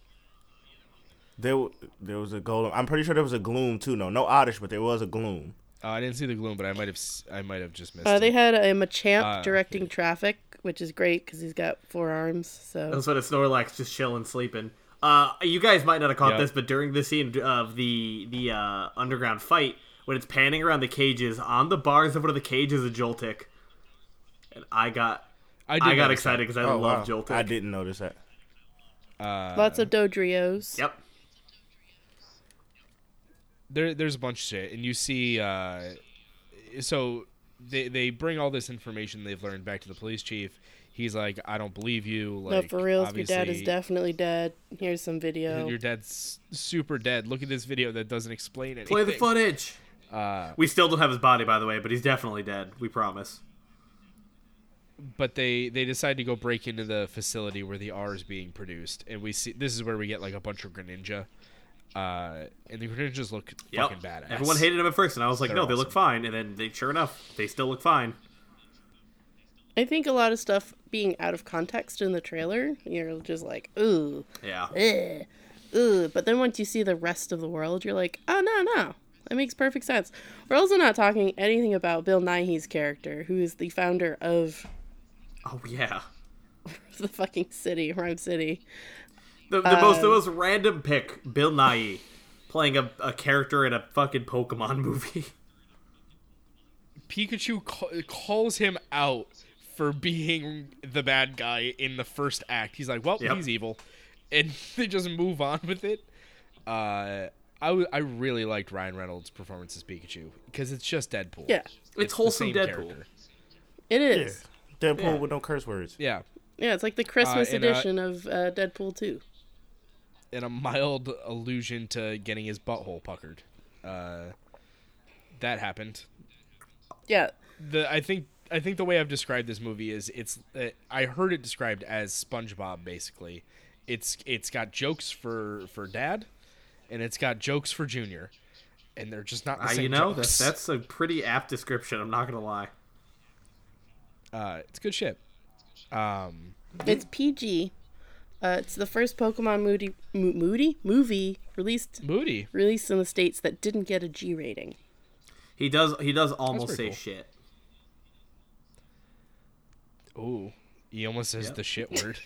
Speaker 5: There, w- there was a golem. I'm pretty sure there was a gloom too. No, no oddish, but there was a gloom.
Speaker 2: Uh, I didn't see the Gloom, but I might have s- I might have just missed.
Speaker 3: Uh, they
Speaker 2: it.
Speaker 3: had a Machamp
Speaker 2: Uh,
Speaker 3: directing traffic, which is great because he's got four arms. So
Speaker 4: That's what a Snorlax just chilling, sleeping. Uh, you guys might not have caught
Speaker 2: Yep.
Speaker 4: this, but during the scene of the the uh, underground fight, when it's panning around the cages, on the bars of one of the cages is a Joltik, and I got
Speaker 2: I, did
Speaker 4: I
Speaker 2: notice
Speaker 4: got
Speaker 2: that.
Speaker 4: excited because I
Speaker 5: Oh,
Speaker 4: love
Speaker 5: wow.
Speaker 4: Joltik.
Speaker 5: I didn't notice that.
Speaker 3: lots of Dodrios.
Speaker 4: Yep.
Speaker 2: There, there's a bunch of shit, and you see. Uh, so they they bring all this information they've learned back to the police chief. He's like, I don't believe you. Like,
Speaker 3: no, for reals, your dad is
Speaker 2: obviously-
Speaker 3: definitely dead. Here's some video.
Speaker 2: Your dad's super dead. Look at this video that doesn't explain anything.
Speaker 4: Play the footage.
Speaker 2: Uh,
Speaker 4: we still don't have his body, by the way, but he's definitely dead. We promise.
Speaker 2: But they they decide to go break into the facility where the R is being produced, and we see this is where we get like a bunch of Greninja, uh, and the Greninjas look
Speaker 4: Yep.
Speaker 2: fucking badass.
Speaker 4: Everyone hated him at first, and I was like,
Speaker 2: They're
Speaker 4: no, they look
Speaker 2: awesome.
Speaker 4: fine. And then, they, sure enough, they still look fine.
Speaker 3: I think a lot of stuff being out of context in the trailer, you're just like, ooh,
Speaker 4: Yeah.
Speaker 3: eh, ooh. But then once you see the rest of the world, you're like, oh no, no, that makes perfect sense. We're also not talking anything about Bill Nighy's character, who is the founder of
Speaker 4: Oh yeah.
Speaker 3: the fucking city, Rhyme City.
Speaker 4: The, the most the most random pick, Bill Nye, playing a, a character in a fucking Pokemon movie.
Speaker 2: Pikachu ca- calls him out for being the bad guy in the first act. He's like, "Well,
Speaker 4: Yep.
Speaker 2: he's evil," and they just move on with it. Uh, I, w- I really liked Ryan Reynolds' performance as Pikachu because it's just Deadpool.
Speaker 3: Yeah,
Speaker 4: It's,
Speaker 2: the
Speaker 4: wholesome
Speaker 2: same
Speaker 4: Deadpool.
Speaker 2: character.
Speaker 3: it
Speaker 5: Yeah.
Speaker 3: is.
Speaker 5: Deadpool with no curse words.
Speaker 2: Yeah,
Speaker 3: Yeah, it's like the Christmas
Speaker 2: Uh, and, uh,
Speaker 3: edition of uh, Deadpool 2.
Speaker 2: and a mild allusion to getting his butthole puckered. Uh, that happened.
Speaker 3: Yeah,
Speaker 2: The I think I think the way I've described this movie is it's uh, I heard it described as SpongeBob basically. It's it's got jokes for for dad, and it's got jokes for junior, and they're just not the
Speaker 4: Uh,
Speaker 2: same.
Speaker 4: you know,
Speaker 2: jokes.
Speaker 4: that's, that's a pretty apt description. I'm not gonna lie.
Speaker 2: uh, it's good shit. Um,
Speaker 3: it's PG. Uh, it's the first Pokemon Moody, Mo- Moody movie released
Speaker 2: Moody.
Speaker 3: released in the states that didn't get a G rating.
Speaker 4: He does. He does almost
Speaker 2: pretty
Speaker 4: say
Speaker 2: cool.
Speaker 4: shit.
Speaker 2: Ooh, he almost says
Speaker 4: Yep.
Speaker 2: the shit word.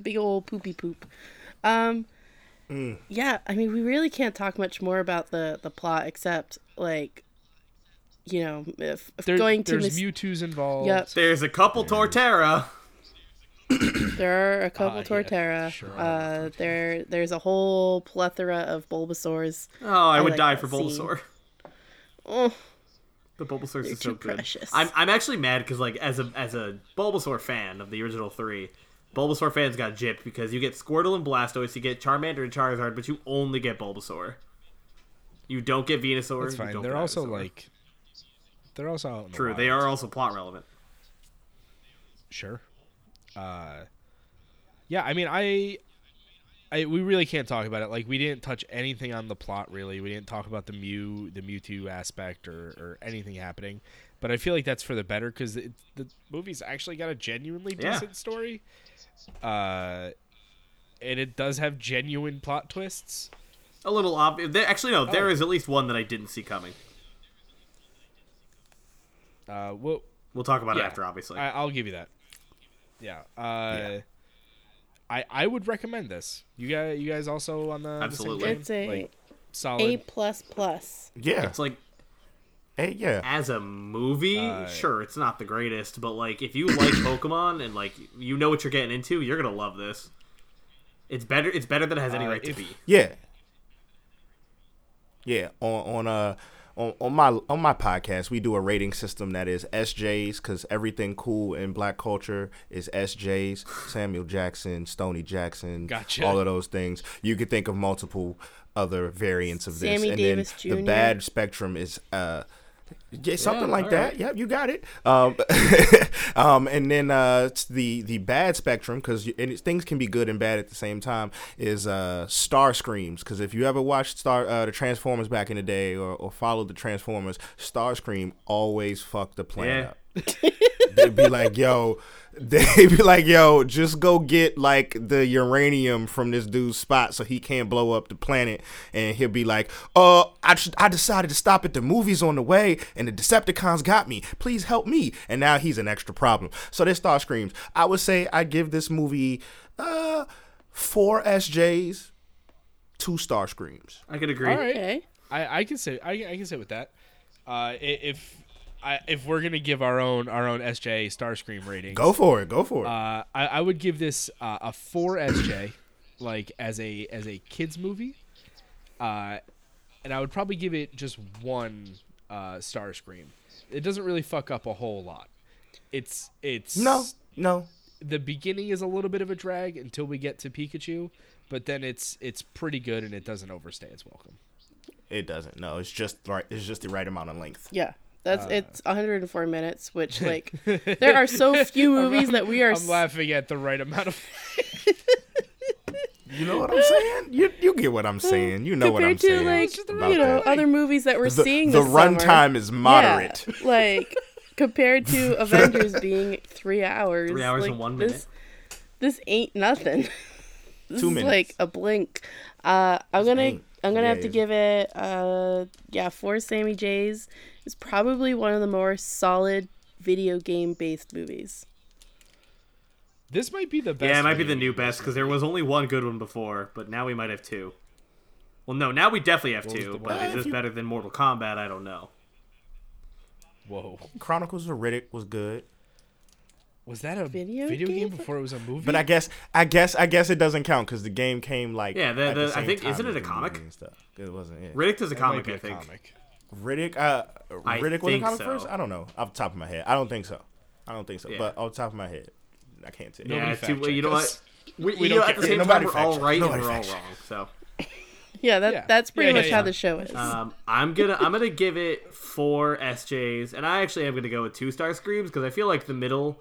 Speaker 3: Big old poopy poop. Um,
Speaker 2: Mm.
Speaker 3: Yeah, I mean, we really can't talk much more about the the plot except like, you know, if, if
Speaker 2: There,
Speaker 3: going to
Speaker 2: there's
Speaker 3: mis-
Speaker 2: Mewtwo's involved.
Speaker 3: Yep.
Speaker 4: There's a couple Torterra.
Speaker 3: There are a couple
Speaker 2: Ah, yeah,
Speaker 3: Torterra.
Speaker 2: sure.
Speaker 3: uh, there, there's a whole plethora of Bulbasaurs.
Speaker 4: Oh, I, would
Speaker 3: like
Speaker 4: die
Speaker 3: that
Speaker 4: for
Speaker 3: scene.
Speaker 4: Bulbasaur.
Speaker 3: Oh,
Speaker 4: The Bulbasaur is
Speaker 3: too
Speaker 4: so good.
Speaker 3: precious.
Speaker 4: I'm I'm actually mad because like as a as a Bulbasaur fan of the original three, Bulbasaur fans got gypped because you get Squirtle and Blastoise, you get Charmander and Charizard, but you only get Bulbasaur. You don't get Venusaur.
Speaker 2: That's
Speaker 4: you
Speaker 2: fine.
Speaker 4: don't
Speaker 2: They're
Speaker 4: get
Speaker 2: also
Speaker 4: Ivysaur.
Speaker 2: like, they're also out in the
Speaker 4: true. They
Speaker 2: wild.
Speaker 4: are also plot relevant.
Speaker 2: sure. Uh, yeah. I mean, I, I we really can't talk about it. Like, we didn't touch anything on the plot really. We didn't talk about the Mew, the Mewtwo aspect, or or anything happening. But I feel like that's for the better because the movie's actually got a genuinely
Speaker 4: Yeah.
Speaker 2: decent story. Uh, and it does have genuine plot twists.
Speaker 4: A little obvious. Actually, no.
Speaker 2: Oh.
Speaker 4: There is at least one that I didn't see coming.
Speaker 2: Uh, well,
Speaker 4: We'll talk about
Speaker 2: Yeah.
Speaker 4: it after, obviously.
Speaker 2: I, I'll give you that. Yeah. Uh, I I would recommend this. You guys, you guys also on the the same
Speaker 4: Absolutely.
Speaker 2: train?
Speaker 3: it's a
Speaker 2: like, solid.
Speaker 3: A plus plus.
Speaker 5: Yeah.
Speaker 4: it's like
Speaker 5: Hey, yeah.
Speaker 4: as a movie, sure, it's not the greatest, but like if you like Pokemon and like you know what you're getting into, you're gonna love this. It's better. It's better than it has any
Speaker 2: Uh,
Speaker 4: right
Speaker 2: if-
Speaker 4: to be.
Speaker 5: Yeah. Yeah. On on uh on, on my on my podcast, we do a rating system that is SJs because everything cool in Black culture is SJs. Samuel Jackson, Stoney Jackson,
Speaker 2: Gotcha.
Speaker 5: all of those things. You could think of multiple other variants of this,
Speaker 3: Sammy
Speaker 5: and
Speaker 3: Davis
Speaker 5: then
Speaker 3: Jr..
Speaker 5: the bad spectrum is uh. Yeah, something
Speaker 2: Yeah,
Speaker 5: like
Speaker 2: all
Speaker 5: that. Yep, you got it. Um, um, and then uh, it's the the bad spectrum because things can be good and bad at the same time is uh, Star Screams because if you ever watched Star uh, the Transformers back in the day or, or followed the Transformers, Star Scream always fucked the planet
Speaker 4: Yeah.
Speaker 5: up they'd be like, yo, they'd be like, yo, just go get like the uranium from this dude's spot so he can't blow up the planet. And he'll be like, uh, I, tr- I decided to stop at the movies on the way and the Decepticons got me. Please help me. And now he's an extra problem. So this Star Screams. I would say I give this movie uh, four SJs, two Star Screams.
Speaker 4: I could agree.
Speaker 2: All right.
Speaker 3: Okay.
Speaker 2: I I can say I, I can say with that. Uh, i- if I if we're gonna give our own our own SJ Starscream rating,
Speaker 5: Go for it. Go for it.
Speaker 2: Uh, I, I would give this uh, a four SJ, like as a as a kids movie, uh, and I would probably give it just one uh, star scream. It doesn't really fuck up a whole lot. It's it's
Speaker 5: no, no.
Speaker 2: The beginning is a little bit of a drag until we get to Pikachu, but then it's it's pretty good and it doesn't overstay its welcome.
Speaker 5: It doesn't. No, it's just right. It's just the right amount of length.
Speaker 3: Yeah. That's it's 104 minutes, which like there are so few movies that we are.
Speaker 2: I'm laughing at the right amount of.
Speaker 5: You know what I'm saying? You you get what I'm saying. You know what I'm
Speaker 3: compared to
Speaker 5: saying.
Speaker 3: like
Speaker 5: about
Speaker 3: you know
Speaker 5: that.
Speaker 3: other movies that we're
Speaker 5: the,
Speaker 3: seeing.
Speaker 5: the
Speaker 3: this
Speaker 5: runtime
Speaker 3: summer.
Speaker 5: is moderate.
Speaker 3: Yeah, like compared to Avengers being three hours.
Speaker 4: Three hours
Speaker 3: like,
Speaker 4: and one
Speaker 3: this,
Speaker 4: minute.
Speaker 3: This ain't nothing. this
Speaker 5: Two
Speaker 3: is
Speaker 5: minutes.
Speaker 3: like a blink. Uh, I'm gonna
Speaker 5: ain't.
Speaker 3: I'm gonna have to
Speaker 5: Yeah.
Speaker 3: give it uh yeah four Sammy J's. It's probably one of the more solid video game based movies.
Speaker 2: This might be the best.
Speaker 4: yeah, it might be
Speaker 2: video
Speaker 4: the new best because there was only one good one before, but now we might have two. Well, no, now we definitely have
Speaker 2: was
Speaker 4: two.
Speaker 2: the
Speaker 4: But
Speaker 5: one?
Speaker 4: is this better than Mortal Kombat? I don't know.
Speaker 2: Whoa.
Speaker 5: Chronicles of Riddick was good.
Speaker 2: Was that a
Speaker 3: Video
Speaker 2: video, game
Speaker 3: game?
Speaker 2: before it was a movie?
Speaker 5: But I guess, I guess, I guess it doesn't count because the game came like
Speaker 4: Yeah, the-
Speaker 5: at
Speaker 4: the- I
Speaker 5: same
Speaker 4: think-
Speaker 5: time
Speaker 4: isn't it
Speaker 5: as
Speaker 4: a
Speaker 5: the
Speaker 4: comic?
Speaker 5: movie and stuff. It wasn't. It.
Speaker 4: Riddick is a
Speaker 2: That might
Speaker 4: comic,
Speaker 2: be
Speaker 4: I
Speaker 2: a
Speaker 4: think.
Speaker 2: comic.
Speaker 5: Riddick, uh,
Speaker 4: I
Speaker 5: Riddick was a
Speaker 4: think
Speaker 5: comic
Speaker 4: so.
Speaker 5: first. I don't know off the top of my head. I don't think so. I don't think so.
Speaker 4: Yeah.
Speaker 5: But off the top of my head, I can't tell.
Speaker 4: Yeah,
Speaker 2: Nobody
Speaker 4: it's too,
Speaker 2: fact-checked
Speaker 4: you know what?
Speaker 2: us.
Speaker 4: We,
Speaker 2: We
Speaker 4: you
Speaker 2: don't
Speaker 4: know, at the
Speaker 2: care.
Speaker 4: same
Speaker 5: Nobody
Speaker 4: time, we're all
Speaker 5: fact-checked.
Speaker 4: right
Speaker 5: Nobody
Speaker 4: and we're all
Speaker 5: fact-checked.
Speaker 4: wrong. So
Speaker 3: Yeah, that
Speaker 2: Yeah.
Speaker 3: that's pretty
Speaker 2: Yeah, yeah,
Speaker 3: much
Speaker 2: yeah.
Speaker 3: how the show is.
Speaker 4: um, I'm gonna I'm gonna give it four SJs, and I actually am gonna go with two star screams because I feel like the middle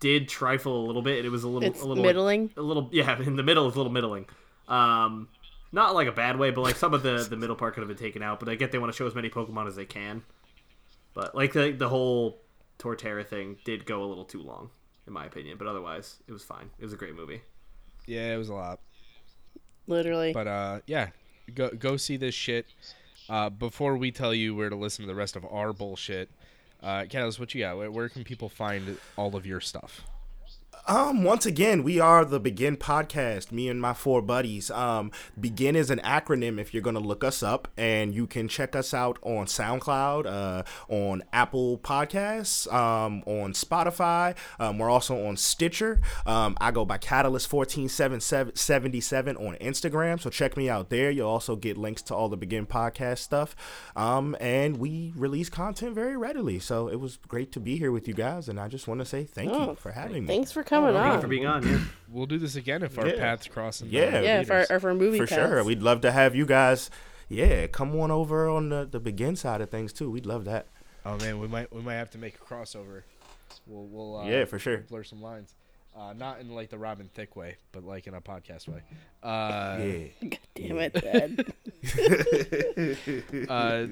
Speaker 4: did trifle a little bit, and it was a little
Speaker 3: it's
Speaker 4: a little
Speaker 3: middling.
Speaker 4: a little yeah in the middle is a little middling um not like a bad way but like some of the the middle part could have been taken out but i get they want to show as many pokemon as they can but like the, the whole torterra thing did go a little too long in my opinion but otherwise it was fine it was a great movie
Speaker 2: Yeah, it was a lot.
Speaker 3: literally.
Speaker 2: But uh, yeah, go go see this shit. Uh, before we tell you where to listen to the rest of our bullshit, uh, Kenneth, what you got? Where, where can people find all of your stuff?
Speaker 5: Um, once again, we are the Begin Podcast, me and my four buddies. Um, Begin is an acronym if you're going to look us up, and you can check us out on SoundCloud, uh, on Apple Podcasts, um, on Spotify. Um, we're also on Stitcher. Um, I go by Catalyst14777 on Instagram, so check me out there. You'll also get links to all the Begin Podcast stuff. Um, and we release content very readily, so it was great to be here with you guys, and I just want to say thank
Speaker 3: Oh,
Speaker 5: you for having me.
Speaker 3: Thanks for coming
Speaker 4: thank you
Speaker 3: on.
Speaker 4: for being on yeah.
Speaker 2: We'll do this again if our
Speaker 5: Yeah.
Speaker 2: paths cross. in the
Speaker 5: Yeah.
Speaker 3: yeah, if our,
Speaker 2: theaters.
Speaker 3: if our movie
Speaker 5: for sure.
Speaker 3: pass.
Speaker 5: We'd love to have you guys. Yeah, come on over on the, the begin side of things too. We'd love that.
Speaker 2: Oh man, we might we might have to make a crossover. We'll we'll uh,
Speaker 5: Yeah, for sure.
Speaker 2: blur some lines. Uh, not in like the Robin Thicke way, but like in a podcast way. Uh,
Speaker 5: Yeah.
Speaker 3: Damn it, Dad.
Speaker 2: uh,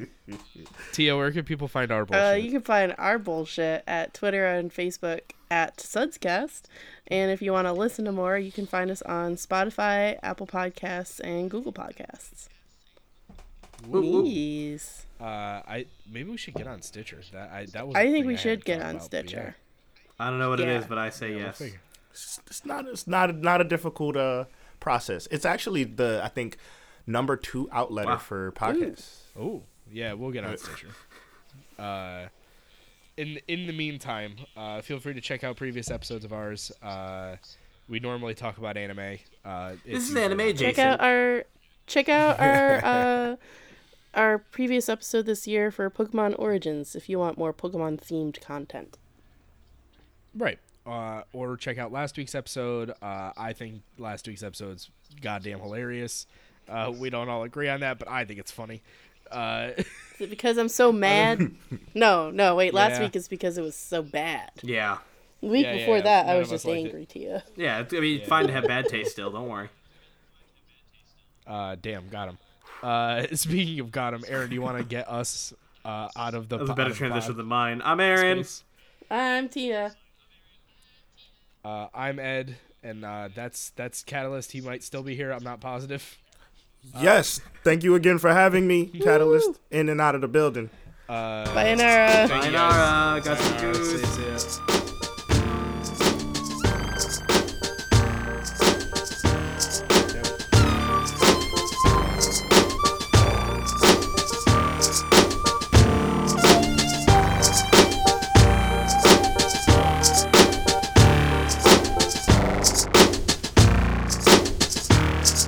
Speaker 2: Tia, where can people find our bullshit?
Speaker 3: Uh, you can find our bullshit at Twitter and Facebook at Sudscast. And if you want to listen to more, you can find us on Spotify, Apple Podcasts, and Google Podcasts. Please.
Speaker 2: uh, I maybe we should get on Stitcher. That I that was. a
Speaker 3: I think
Speaker 2: thing
Speaker 3: we should
Speaker 2: hadn't
Speaker 3: get
Speaker 2: thought
Speaker 3: on
Speaker 2: about, but yeah.
Speaker 3: Stitcher.
Speaker 4: i don't know what
Speaker 3: Yeah.
Speaker 4: it is but i say
Speaker 2: We'll
Speaker 4: yes
Speaker 2: figure.
Speaker 5: It's, it's not it's not not a difficult uh process. It's actually the I think number two outlet
Speaker 4: Wow.
Speaker 5: for podcasts.
Speaker 2: Oh yeah, we'll get on Stitcher. Uh, in in the meantime, uh, feel free to check out previous episodes of ours. Uh, we normally talk about anime. Uh, it's
Speaker 4: this is
Speaker 2: usually
Speaker 4: anime jason
Speaker 3: Check out our check out our uh, our previous episode this year for Pokemon Origins if you want more Pokemon themed content.
Speaker 2: Right. Uh, or check out last week's episode. Uh, I think last week's episode's goddamn hilarious. Uh, we don't all agree on that, but I think it's funny. Uh,
Speaker 3: Is it because I'm so mad? no, no, wait, last
Speaker 2: Yeah.
Speaker 3: week is because it was so bad.
Speaker 4: yeah
Speaker 3: The week
Speaker 2: Yeah, yeah,
Speaker 3: before
Speaker 2: yeah.
Speaker 3: that, I
Speaker 2: None
Speaker 3: was
Speaker 2: of us
Speaker 3: just
Speaker 2: liked it.
Speaker 3: angry to you.
Speaker 4: yeah it's- i mean it's fine to have bad taste still don't worry
Speaker 2: uh, damn, got him. Uh, speaking of got him, Aaron, do you want to get us uh, out of the?
Speaker 4: that was
Speaker 2: po-
Speaker 4: a
Speaker 2: out
Speaker 4: better
Speaker 2: of the
Speaker 4: transition
Speaker 2: pod
Speaker 4: than mine i'm aaron
Speaker 2: space?
Speaker 3: I'm Tia.
Speaker 2: Uh, I'm Ed, and uh, that's that's Catalyst. He might still be here. I'm not positive.
Speaker 5: Yes. Thank you again for having me, Catalyst, in and out of the building.
Speaker 3: Sayonara.
Speaker 4: Sayonara, got some
Speaker 2: Uh,
Speaker 4: juice.
Speaker 2: it's- it's-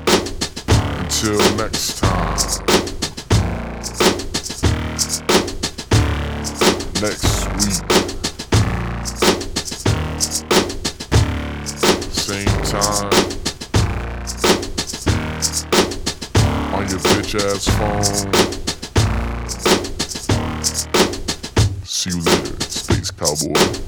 Speaker 1: Until next time. Next week. Same time. On your bitch ass phone. See you later. Space Cowboy.